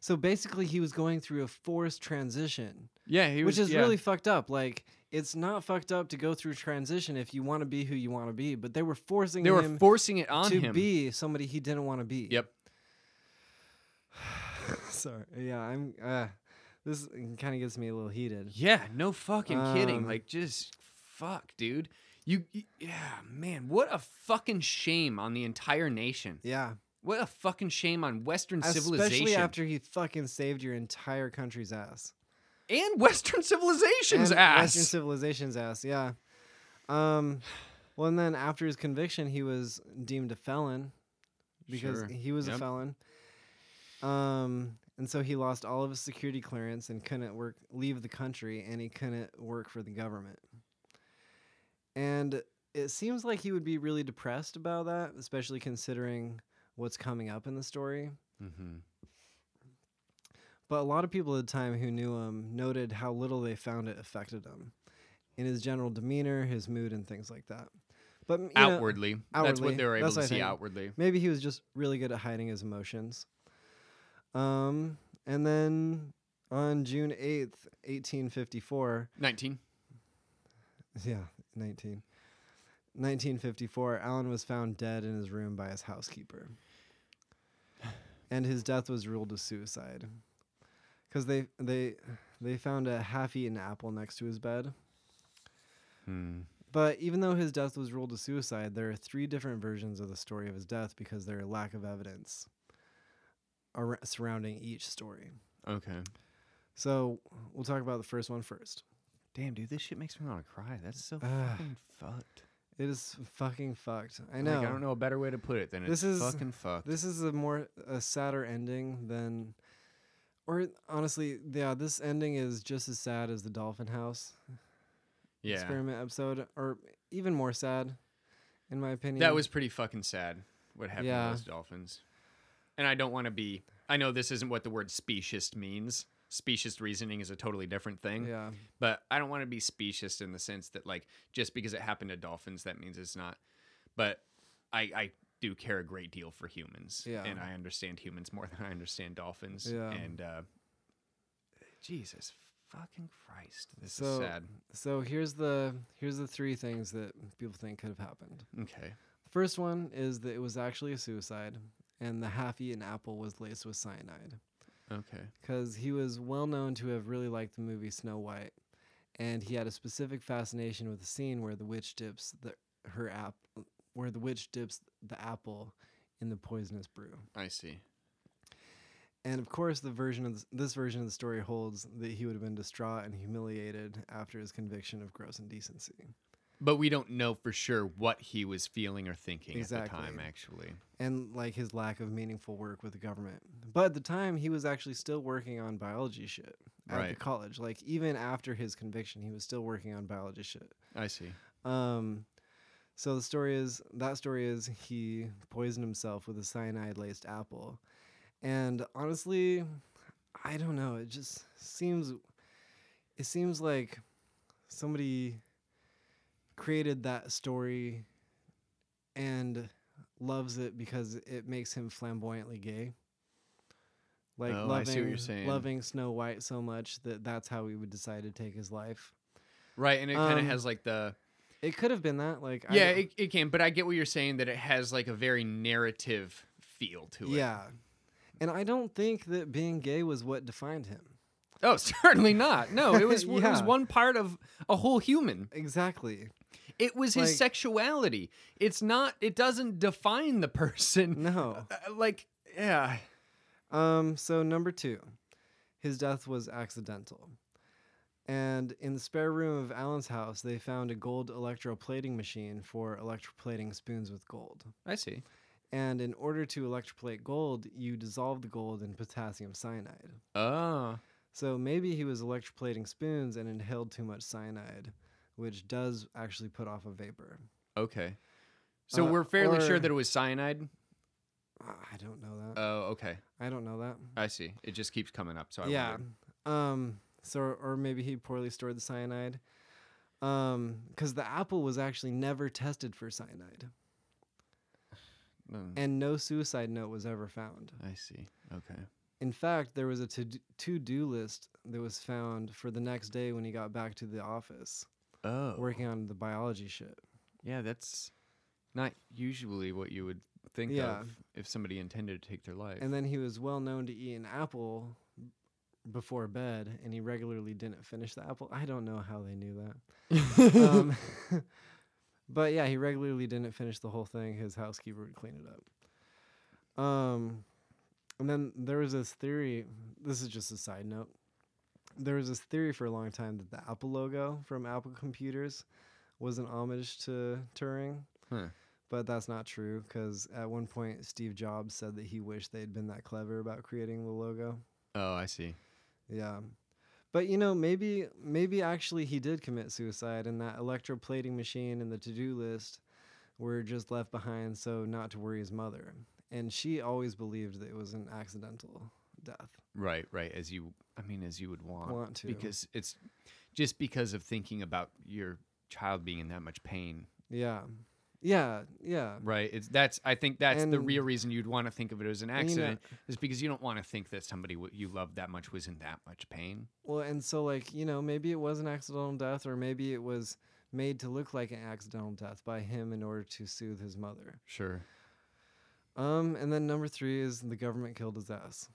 Speaker 1: So basically, he was going through a forced transition.
Speaker 2: yeah, he
Speaker 1: which
Speaker 2: was-
Speaker 1: is
Speaker 2: yeah.
Speaker 1: really fucked up. Like it's not fucked up to go through transition if you want to be who you want to be, but they were forcing
Speaker 2: they were
Speaker 1: him
Speaker 2: forcing it on
Speaker 1: to
Speaker 2: him.
Speaker 1: be somebody he didn't want to be. *laughs*
Speaker 2: Yep.
Speaker 1: Sorry. Yeah, I'm. Uh, this kind of gets me a little heated.
Speaker 2: Yeah, no fucking kidding.
Speaker 1: Um,
Speaker 2: Like, just fuck, dude. You, you, yeah, man, what a fucking shame on the entire nation.
Speaker 1: Yeah,
Speaker 2: What a fucking shame on Western
Speaker 1: especially
Speaker 2: civilization
Speaker 1: after he fucking saved your entire country's ass.
Speaker 2: and Western civilization's
Speaker 1: And
Speaker 2: ass.
Speaker 1: Western civilization's ass. Yeah. Um. Well, and then after his conviction, he was deemed a felon because
Speaker 2: Sure.
Speaker 1: he was a
Speaker 2: Yep.
Speaker 1: felon. Um, and so he lost all of his security clearance and couldn't work, leave the country, and he couldn't work for the government. And it seems like he would be really depressed about that, especially considering what's coming up in the story.
Speaker 2: Mhm.
Speaker 1: But a lot of people at the time who knew him noted how little they found it affected him in his general demeanor, his mood, and things like that. But m- you know,
Speaker 2: outwardly, that's what
Speaker 1: outwardly.
Speaker 2: they were able
Speaker 1: That's what
Speaker 2: to
Speaker 1: I
Speaker 2: see
Speaker 1: think.
Speaker 2: outwardly.
Speaker 1: maybe he was just really good at hiding his emotions. Um, and then on June 8th, 1854,
Speaker 2: Nineteen.
Speaker 1: *laughs* yeah, 19. 1954, Allen was found dead in his room by his housekeeper. And his death was ruled a suicide. Cuz they they they found a half-eaten apple next to his bed. Hmm. But even though his death was ruled a suicide, there are three different versions of the story of his death because there are lack of evidence ar- surrounding each story.
Speaker 2: Okay.
Speaker 1: So, we'll talk about the first one first.
Speaker 2: Damn, dude, this shit makes me want to cry. That's so
Speaker 1: Ah.
Speaker 2: fucking fucked.
Speaker 1: It is fucking fucked. I
Speaker 2: Like,
Speaker 1: know.
Speaker 2: I don't know a better way to put it than
Speaker 1: This
Speaker 2: it's
Speaker 1: is-
Speaker 2: fucking fucked.
Speaker 1: This is a more a sadder ending than, or honestly, yeah, this ending is just as sad as the Dolphin House
Speaker 2: yeah.
Speaker 1: experiment episode, or even more sad, in my opinion.
Speaker 2: That was pretty fucking sad. What happened
Speaker 1: Yeah.
Speaker 2: to those dolphins? And I don't want to be. I know this isn't what the word specious means. Specious reasoning is a totally different thing.
Speaker 1: yeah,
Speaker 2: But I don't want to be specious in the sense that like just because it happened to dolphins, that means it's not. But I I do care a great deal for humans.
Speaker 1: Yeah.
Speaker 2: And I understand humans more *laughs* than I understand dolphins.
Speaker 1: Yeah.
Speaker 2: And uh, Jesus fucking Christ, this is
Speaker 1: So-
Speaker 2: sad.
Speaker 1: So here's the here's the three things that people think could have happened.
Speaker 2: Okay.
Speaker 1: First one is that it was actually a suicide, and the half-eaten apple was laced with cyanide.
Speaker 2: Okay.
Speaker 1: because he was well known to have really liked the movie Snow White, and he had a specific fascination with the scene where the witch dips the her app, where the witch dips the apple in the poisonous brew.
Speaker 2: I see.
Speaker 1: And of course, the version of this, this version of the story holds that he would have been distraught and humiliated after his conviction of gross indecency.
Speaker 2: But we don't know for sure what he was feeling or thinking at the time,
Speaker 1: Exactly.
Speaker 2: actually.
Speaker 1: and like his lack of meaningful work with the government. But at the time, he was actually still working on biology shit at the
Speaker 2: Right.
Speaker 1: college. Like even after his conviction, he was still working on biology shit.
Speaker 2: I see.
Speaker 1: Um, so the story is that story is he poisoned himself with a cyanide laced apple, and honestly, I don't know. It just seems, it seems like somebody created that story and loves it because it makes him flamboyantly gay. Like
Speaker 2: Oh,
Speaker 1: loving,
Speaker 2: I see what you're saying.
Speaker 1: loving Snow White so much that that's how he would decide to take his life.
Speaker 2: Right, and it kind
Speaker 1: Um,
Speaker 2: of has like the
Speaker 1: It could have been that. Like I
Speaker 2: yeah,
Speaker 1: don't-
Speaker 2: it, it can. But I get what you're saying that it has like a very narrative feel to it.
Speaker 1: Yeah. And I don't think that being gay was what defined him.
Speaker 2: Oh, *laughs* certainly not. No, it
Speaker 1: *laughs*
Speaker 2: was it was
Speaker 1: Yeah.
Speaker 2: one part of a whole human.
Speaker 1: Exactly.
Speaker 2: It was his
Speaker 1: Like-
Speaker 2: sexuality. It's not. It doesn't define the *laughs* person. *laughs*
Speaker 1: No.
Speaker 2: Uh, like yeah,
Speaker 1: Um so number 2. His death was accidental. And in the spare room of Alan's house, they found a gold electroplating machine for electroplating spoons with gold.
Speaker 2: I see.
Speaker 1: And in order to electroplate gold, you dissolve the gold in potassium cyanide.
Speaker 2: Oh,
Speaker 1: So maybe he was electroplating spoons and inhaled too much cyanide, which does actually put off a vapor.
Speaker 2: okay. So
Speaker 1: Uh,
Speaker 2: we're fairly
Speaker 1: or-
Speaker 2: sure that it was cyanide.
Speaker 1: Ah, I don't know that.
Speaker 2: Oh, okay.
Speaker 1: I don't know that.
Speaker 2: I see. It just keeps coming up. So I
Speaker 1: yeah.
Speaker 2: wondered.
Speaker 1: Um. So, or maybe he poorly stored the cyanide. Um, because the apple was actually never tested for cyanide,
Speaker 2: Mm,
Speaker 1: and no suicide note was ever found.
Speaker 2: I see. Okay.
Speaker 1: In fact, there was a to to do list that was found for the next day when he got back to the office,
Speaker 2: Oh,
Speaker 1: working on the biology shit.
Speaker 2: yeah. That's not usually what you would think
Speaker 1: Yeah.
Speaker 2: of if somebody intended to take their life.
Speaker 1: And then he was well known to eat an apple before bed, and he regularly didn't finish the apple. I don't know how they knew that.
Speaker 2: *laughs*
Speaker 1: um, *laughs* but yeah, he regularly didn't finish the whole thing. His housekeeper would clean it up. Um, and then there was this theory. This is just a side note. There was this theory for a long time that the Apple logo from Apple computers was an homage to Turing.
Speaker 2: Huh.
Speaker 1: But that's not true because at one point Steve Jobs said that he wished they'd been that clever about creating the logo.
Speaker 2: oh, I see.
Speaker 1: Yeah. But you know, maybe maybe actually he did commit suicide and that electroplating machine and the to-do list were just left behind so not to worry his mother. And she always believed that it was an accidental death.
Speaker 2: Right, right. As you, I mean, as you would want,
Speaker 1: Want to.
Speaker 2: because it's just because of thinking about your child being in that much pain.
Speaker 1: Yeah. Yeah, yeah.
Speaker 2: Right. It's that's. I think that's the
Speaker 1: And-
Speaker 2: real reason you'd want to think of it as an
Speaker 1: you know-
Speaker 2: accident is because you don't want to think that somebody w- you love that much was in that much pain.
Speaker 1: Well, and so like, you know, maybe it was an accidental death or maybe it was made to look like an accidental death by him in order to soothe his mother.
Speaker 2: Sure.
Speaker 1: Um and then number 3 is the government killed his ass.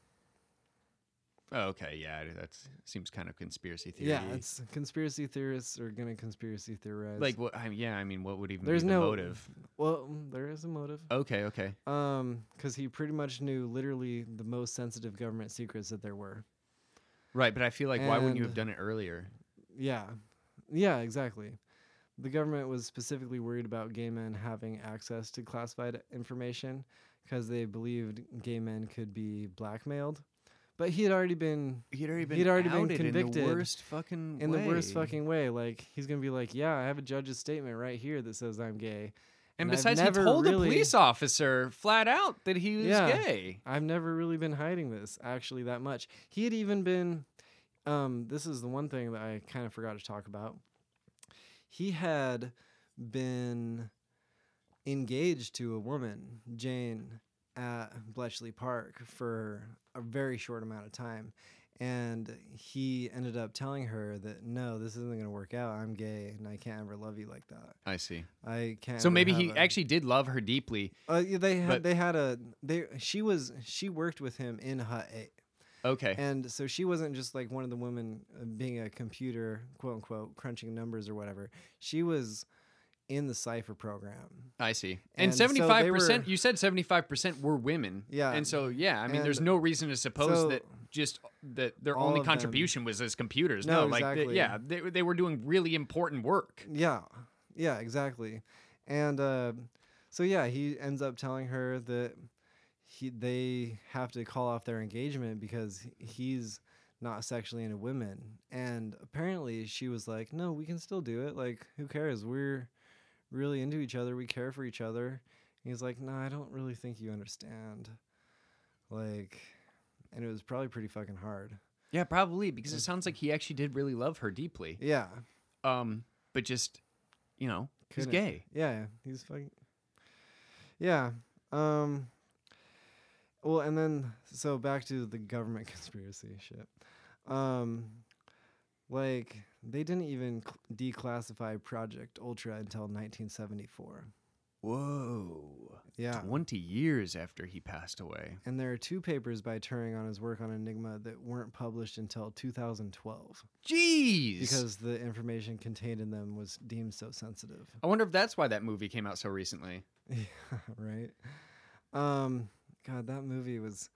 Speaker 2: Oh, okay. Yeah. That seems kind of conspiracy theory.
Speaker 1: Yeah, it's conspiracy theorists are gonna conspiracy theorize.
Speaker 2: like what? I, yeah. I mean, what would even
Speaker 1: There's
Speaker 2: be the
Speaker 1: no-
Speaker 2: motive?
Speaker 1: well, mm, there is a motive.
Speaker 2: Okay. Okay.
Speaker 1: Um, because he pretty much knew literally the most sensitive government secrets that there were.
Speaker 2: Right. But I feel like why wouldn't you
Speaker 1: And-
Speaker 2: have done it earlier?
Speaker 1: Yeah, yeah, exactly. The government was specifically worried about gay men having access to classified information because they believed gay men could be blackmailed. But he had already been
Speaker 2: He'd already
Speaker 1: been He'd already been outed in the
Speaker 2: in
Speaker 1: convicted
Speaker 2: the
Speaker 1: worst
Speaker 2: worst fucking
Speaker 1: in the worst fucking way. Like he's gonna be like, yeah, I have a judge's statement right here that says I'm gay.
Speaker 2: And
Speaker 1: And I've
Speaker 2: besides, he
Speaker 1: never
Speaker 2: told the
Speaker 1: really-
Speaker 2: police officer flat out that he was
Speaker 1: Yeah.
Speaker 2: gay.
Speaker 1: I've never really been hiding this actually that much. He had even been um this is the one thing that I kind of forgot to talk about. He had been engaged to a woman, Jane, at Bletchley Park for a very short amount of time. And he ended up telling her that no, this isn't going to work out. I'm gay and I can't ever love you like that.
Speaker 2: I see.
Speaker 1: I can't.
Speaker 2: So
Speaker 1: ever
Speaker 2: maybe
Speaker 1: have
Speaker 2: he
Speaker 1: a-
Speaker 2: actually did love her deeply.
Speaker 1: Uh, yeah, they had
Speaker 2: But-
Speaker 1: they had a they she was she worked with him in Hut Eight,
Speaker 2: Okay.
Speaker 1: and so she wasn't just like one of the women uh, being a computer quote unquote crunching numbers or whatever. She was in the cipher program.
Speaker 2: I see. And
Speaker 1: and so they
Speaker 2: seventy
Speaker 1: were-
Speaker 2: five percent you said seventy five percent were women.
Speaker 1: Yeah.
Speaker 2: And so yeah, I mean there's
Speaker 1: And
Speaker 2: no reason to suppose
Speaker 1: so-
Speaker 2: that just that their
Speaker 1: All
Speaker 2: only
Speaker 1: of them.
Speaker 2: contribution was as computers.
Speaker 1: No,
Speaker 2: No, like they-
Speaker 1: exactly.
Speaker 2: yeah, they, they were doing really important work.
Speaker 1: Yeah, Yeah, exactly. And uh, so yeah, he ends up telling her that he they have to call off their engagement because he- he's not sexually into women. And apparently she was like, "No, we can still do it. Like, who cares? We're really into each other. We care for each other." And he's like, "No, I don't really think you understand." Like and it was probably pretty fucking hard.
Speaker 2: Yeah, probably because it sounds like he actually did really love her deeply.
Speaker 1: Yeah.
Speaker 2: Um, but just, you know, he's
Speaker 1: Couldn't-
Speaker 2: gay.
Speaker 1: Yeah, he's fucking. Yeah. Um. Well, and then so back to the government *laughs* conspiracy shit. Um, like they didn't even cl- declassify Project Ultra until 1974.
Speaker 2: Whoa.
Speaker 1: Yeah.
Speaker 2: 20 years after he passed away.
Speaker 1: And there are two papers by Turing on his work on Enigma that weren't published until 2012
Speaker 2: Jeez.
Speaker 1: because the information contained in them was deemed so sensitive.
Speaker 2: I wonder if that's why that movie came out so recently.
Speaker 1: *laughs* Yeah, right. Um, God, that movie was.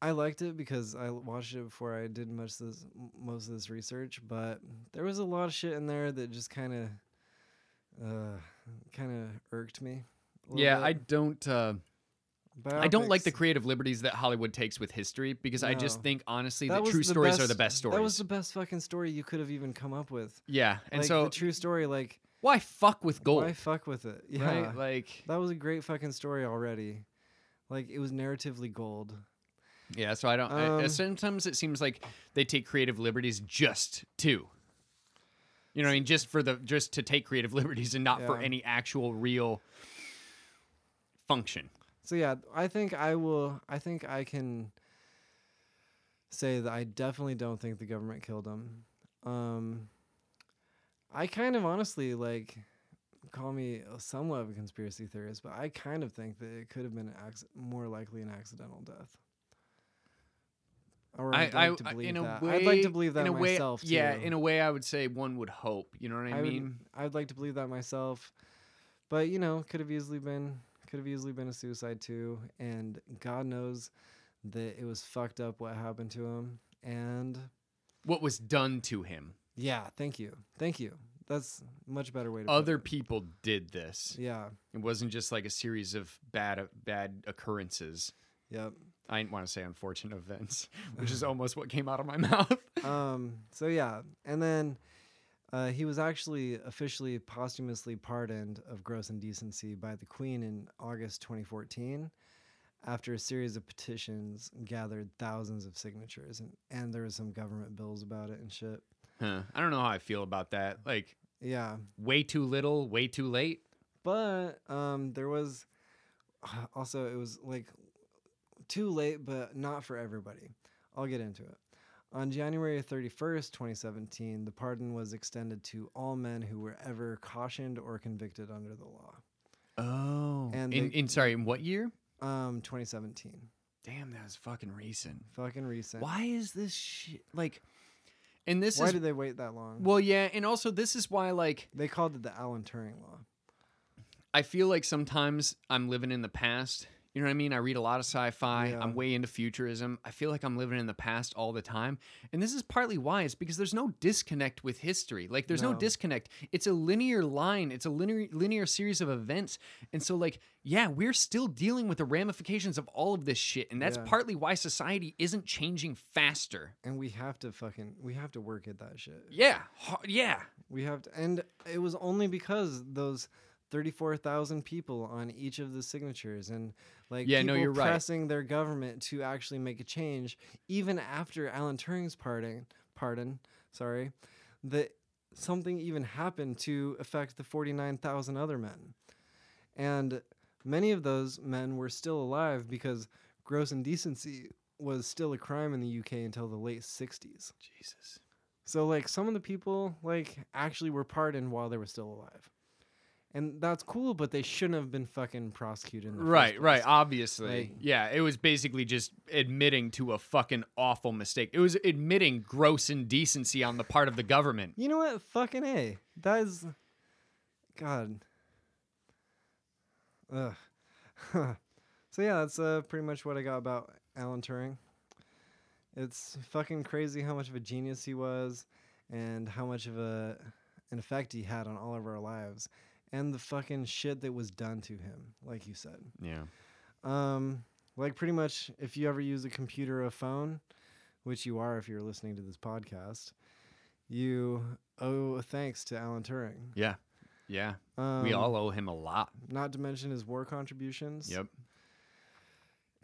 Speaker 1: I liked it because I l- watched it before I did much of this m- most of this research, but there was a lot of shit in there that just kind of, uh, kind of irked me. a little
Speaker 2: Yeah, I
Speaker 1: bit.
Speaker 2: don't uh,
Speaker 1: But
Speaker 2: I don't like the
Speaker 1: Biopics-
Speaker 2: creative liberties that Hollywood takes with history because I just
Speaker 1: No.
Speaker 2: think honestly
Speaker 1: that
Speaker 2: that,
Speaker 1: was
Speaker 2: true stories are
Speaker 1: best-
Speaker 2: the best stories.
Speaker 1: That was the best fucking story you could have even come up with.
Speaker 2: yeah, and
Speaker 1: like,
Speaker 2: so
Speaker 1: the true story, like
Speaker 2: why fuck with gold?
Speaker 1: why fuck with it? *laughs* Yeah,
Speaker 2: Right? Like
Speaker 1: that was a great fucking story already. Like it was narratively gold.
Speaker 2: yeah, so I don't I, uh,
Speaker 1: Um,
Speaker 2: sometimes it seems like they take creative liberties just to you know, what I mean, just for the just to take creative *laughs* liberties and not for
Speaker 1: Yeah.
Speaker 2: any actual real function.
Speaker 1: So yeah, I think I will. I think I can say that I definitely don't think the government killed him. Um, I kind of honestly like call me a- somewhat of a conspiracy theorist, but I kind of think that it could have been an acc- more likely an accidental death. Or I'd like to believe that. I'd like to believe that
Speaker 2: in a way-
Speaker 1: myself.
Speaker 2: Yeah,
Speaker 1: too.
Speaker 2: in a way, I would say one would hope. You know what I,
Speaker 1: I would-
Speaker 2: mean?
Speaker 1: I'd like to believe that myself, but you know, could have easily been could have easily been a suicide too. And God knows that it was fucked up what happened to him. And
Speaker 2: What was done to him?
Speaker 1: yeah, thank you, thank you. That's a much better way to put
Speaker 2: Other
Speaker 1: it.
Speaker 2: people did this.
Speaker 1: Yeah.
Speaker 2: It wasn't just like a series of bad bad occurrences.
Speaker 1: Yep.
Speaker 2: I didn't want to say unfortunate events, *laughs* which is almost what came out of my *laughs* mouth.
Speaker 1: um. So yeah, and then. Uh, he was actually officially posthumously pardoned of gross indecency by the Queen in August 2014 after a series of petitions gathered thousands of signatures and, and there was some government bills about it and shit.
Speaker 2: Huh. I don't know how I feel about that. Like
Speaker 1: Yeah.
Speaker 2: way too little, way too late.
Speaker 1: But um, there was *sighs* also, it was like too late, but not for everybody. I'll get into it. On January 31st, 2017, the pardon was extended to all men who were ever cautioned or convicted under the law.
Speaker 2: Oh,
Speaker 1: And
Speaker 2: in,
Speaker 1: they-
Speaker 2: in sorry, in what year?
Speaker 1: Um, 2017.
Speaker 2: Damn, that was fucking recent.
Speaker 1: Fucking recent.
Speaker 2: Why is this shit like? And this
Speaker 1: Why
Speaker 2: is
Speaker 1: did they wait that long?
Speaker 2: well, yeah, and also this is why like
Speaker 1: they called it the Alan Turing law.
Speaker 2: I feel like sometimes I'm living in the past. You know what I mean? I read a lot of sci-fi.
Speaker 1: Yeah.
Speaker 2: I'm way into futurism. I feel like I'm living in the past all the time. And this is partly why is because there's no disconnect with history. Like there's no,
Speaker 1: No.
Speaker 2: disconnect. It's a linear line. It's a linear linear series of events. And so like, yeah, we're still dealing with the ramifications of all of this shit. And that's
Speaker 1: Yeah.
Speaker 2: partly why society isn't changing faster.
Speaker 1: And we have to fucking we have to work at that shit.
Speaker 2: Yeah. Ho- Yeah.
Speaker 1: We have to and it was only because those 34,000 people on each of the signatures and like
Speaker 2: Yeah, no,
Speaker 1: people
Speaker 2: you're right.
Speaker 1: pressing their government to actually make a change even after Alan Turing's pardon pardon, sorry, that something even happened to affect the 49,000 other men. And many of those men were still alive because gross indecency was still a crime in the UK until the late 60s.
Speaker 2: Jesus.
Speaker 1: So like some of the people like actually were pardoned while they were still alive. And that's cool, but they shouldn't have been fucking prosecuted. In the first
Speaker 2: Right, right,
Speaker 1: place.
Speaker 2: obviously.
Speaker 1: Like-
Speaker 2: yeah, it was basically just admitting to a fucking awful mistake. It was admitting gross indecency on the part of the government.
Speaker 1: You know what? Fucking A. That is God. Ugh. *laughs* so yeah, that's uh, pretty much what I got about Alan Turing. It's fucking crazy how much of a genius he was and how much of a and effect he had on all of our lives and the fucking shit that was done to him, like you said.
Speaker 2: Yeah.
Speaker 1: Um, like pretty much if you ever use a computer or a phone, which you are if you're listening to this podcast, you owe thanks to Alan Turing.
Speaker 2: Yeah. Yeah.
Speaker 1: Um,
Speaker 2: we all owe him a lot.
Speaker 1: not to mention his war contributions.
Speaker 2: Yep.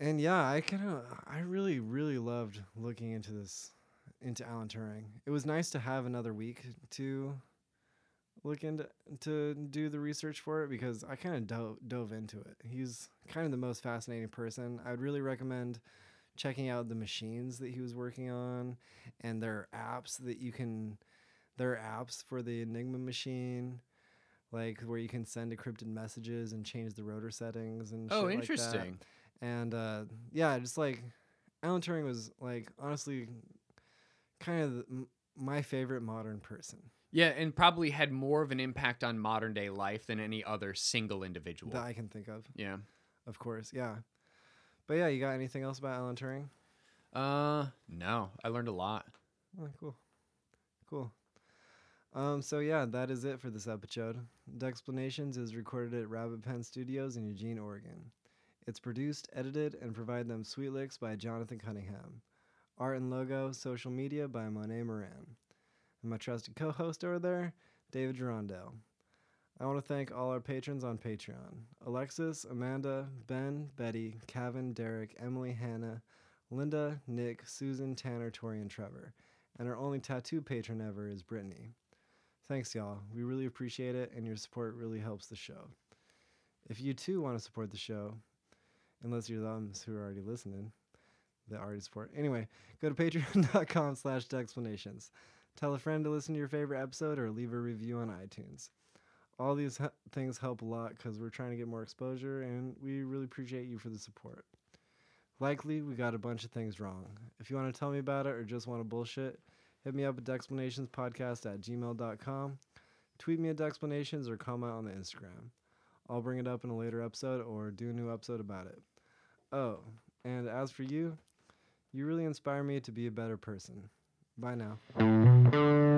Speaker 1: And yeah, I kind of, I really, really loved looking into this, into Alan Turing. It was nice to have another week to look into, to do the research for it because I kind of dove, dove into it. He's kind of the most fascinating person. I would really recommend checking out the machines that he was working on and their apps that you can, their apps for the Enigma machine. Like where you can send encrypted messages and change the rotor settings and shit
Speaker 2: Oh,
Speaker 1: like that
Speaker 2: interesting.
Speaker 1: and uh, yeah, just like Alan Turing was like honestly kind of the, m- my favorite modern person.
Speaker 2: yeah, and probably had more of an impact on modern day life than any other single individual.
Speaker 1: that I can think of,
Speaker 2: yeah.
Speaker 1: of course. Yeah, but yeah, you got anything else about Alan Turing?
Speaker 2: Uh, no, I learned a lot.
Speaker 1: Oh, cool, cool. Um, so yeah, that is it for this episode. Dexplanations is recorded at Rabbit Pen Studios in Eugene, Oregon. It's produced, edited, and provided them sweet licks by Jonathan Cunningham. Art and logo, social media by Monet Moran. And my trusted co-host over there, David Gerondell. I want to thank all our patrons on Patreon. Alexis, Amanda, Ben, Betty, Kevin, Derek, Emily, Hannah, Linda, Nick, Susan, Tanner, Tori, and Trevor. And our only tattoo patron ever is Brittany. Thanks, y'all. We really appreciate it, and your support really helps the show. If you too want to support the show, unless you're the ums who are already listening, the already support. Anyway, go to *laughs* patreon.com slash explanations. Tell a friend to listen to your favorite episode or leave a review on iTunes. All these he- things help a lot because we're trying to get more exposure, and we really appreciate you for the support. Likely, we got a bunch of things wrong. If you want to tell me about it or just want to bullshit, hit me up at dexplanationspodcast at gmail.com. Tweet me at dexplanations or comment on the Instagram. I'll bring it up in a later episode or do a new episode about it. Oh, and as for you, you really inspire me to be a better person. Bye now.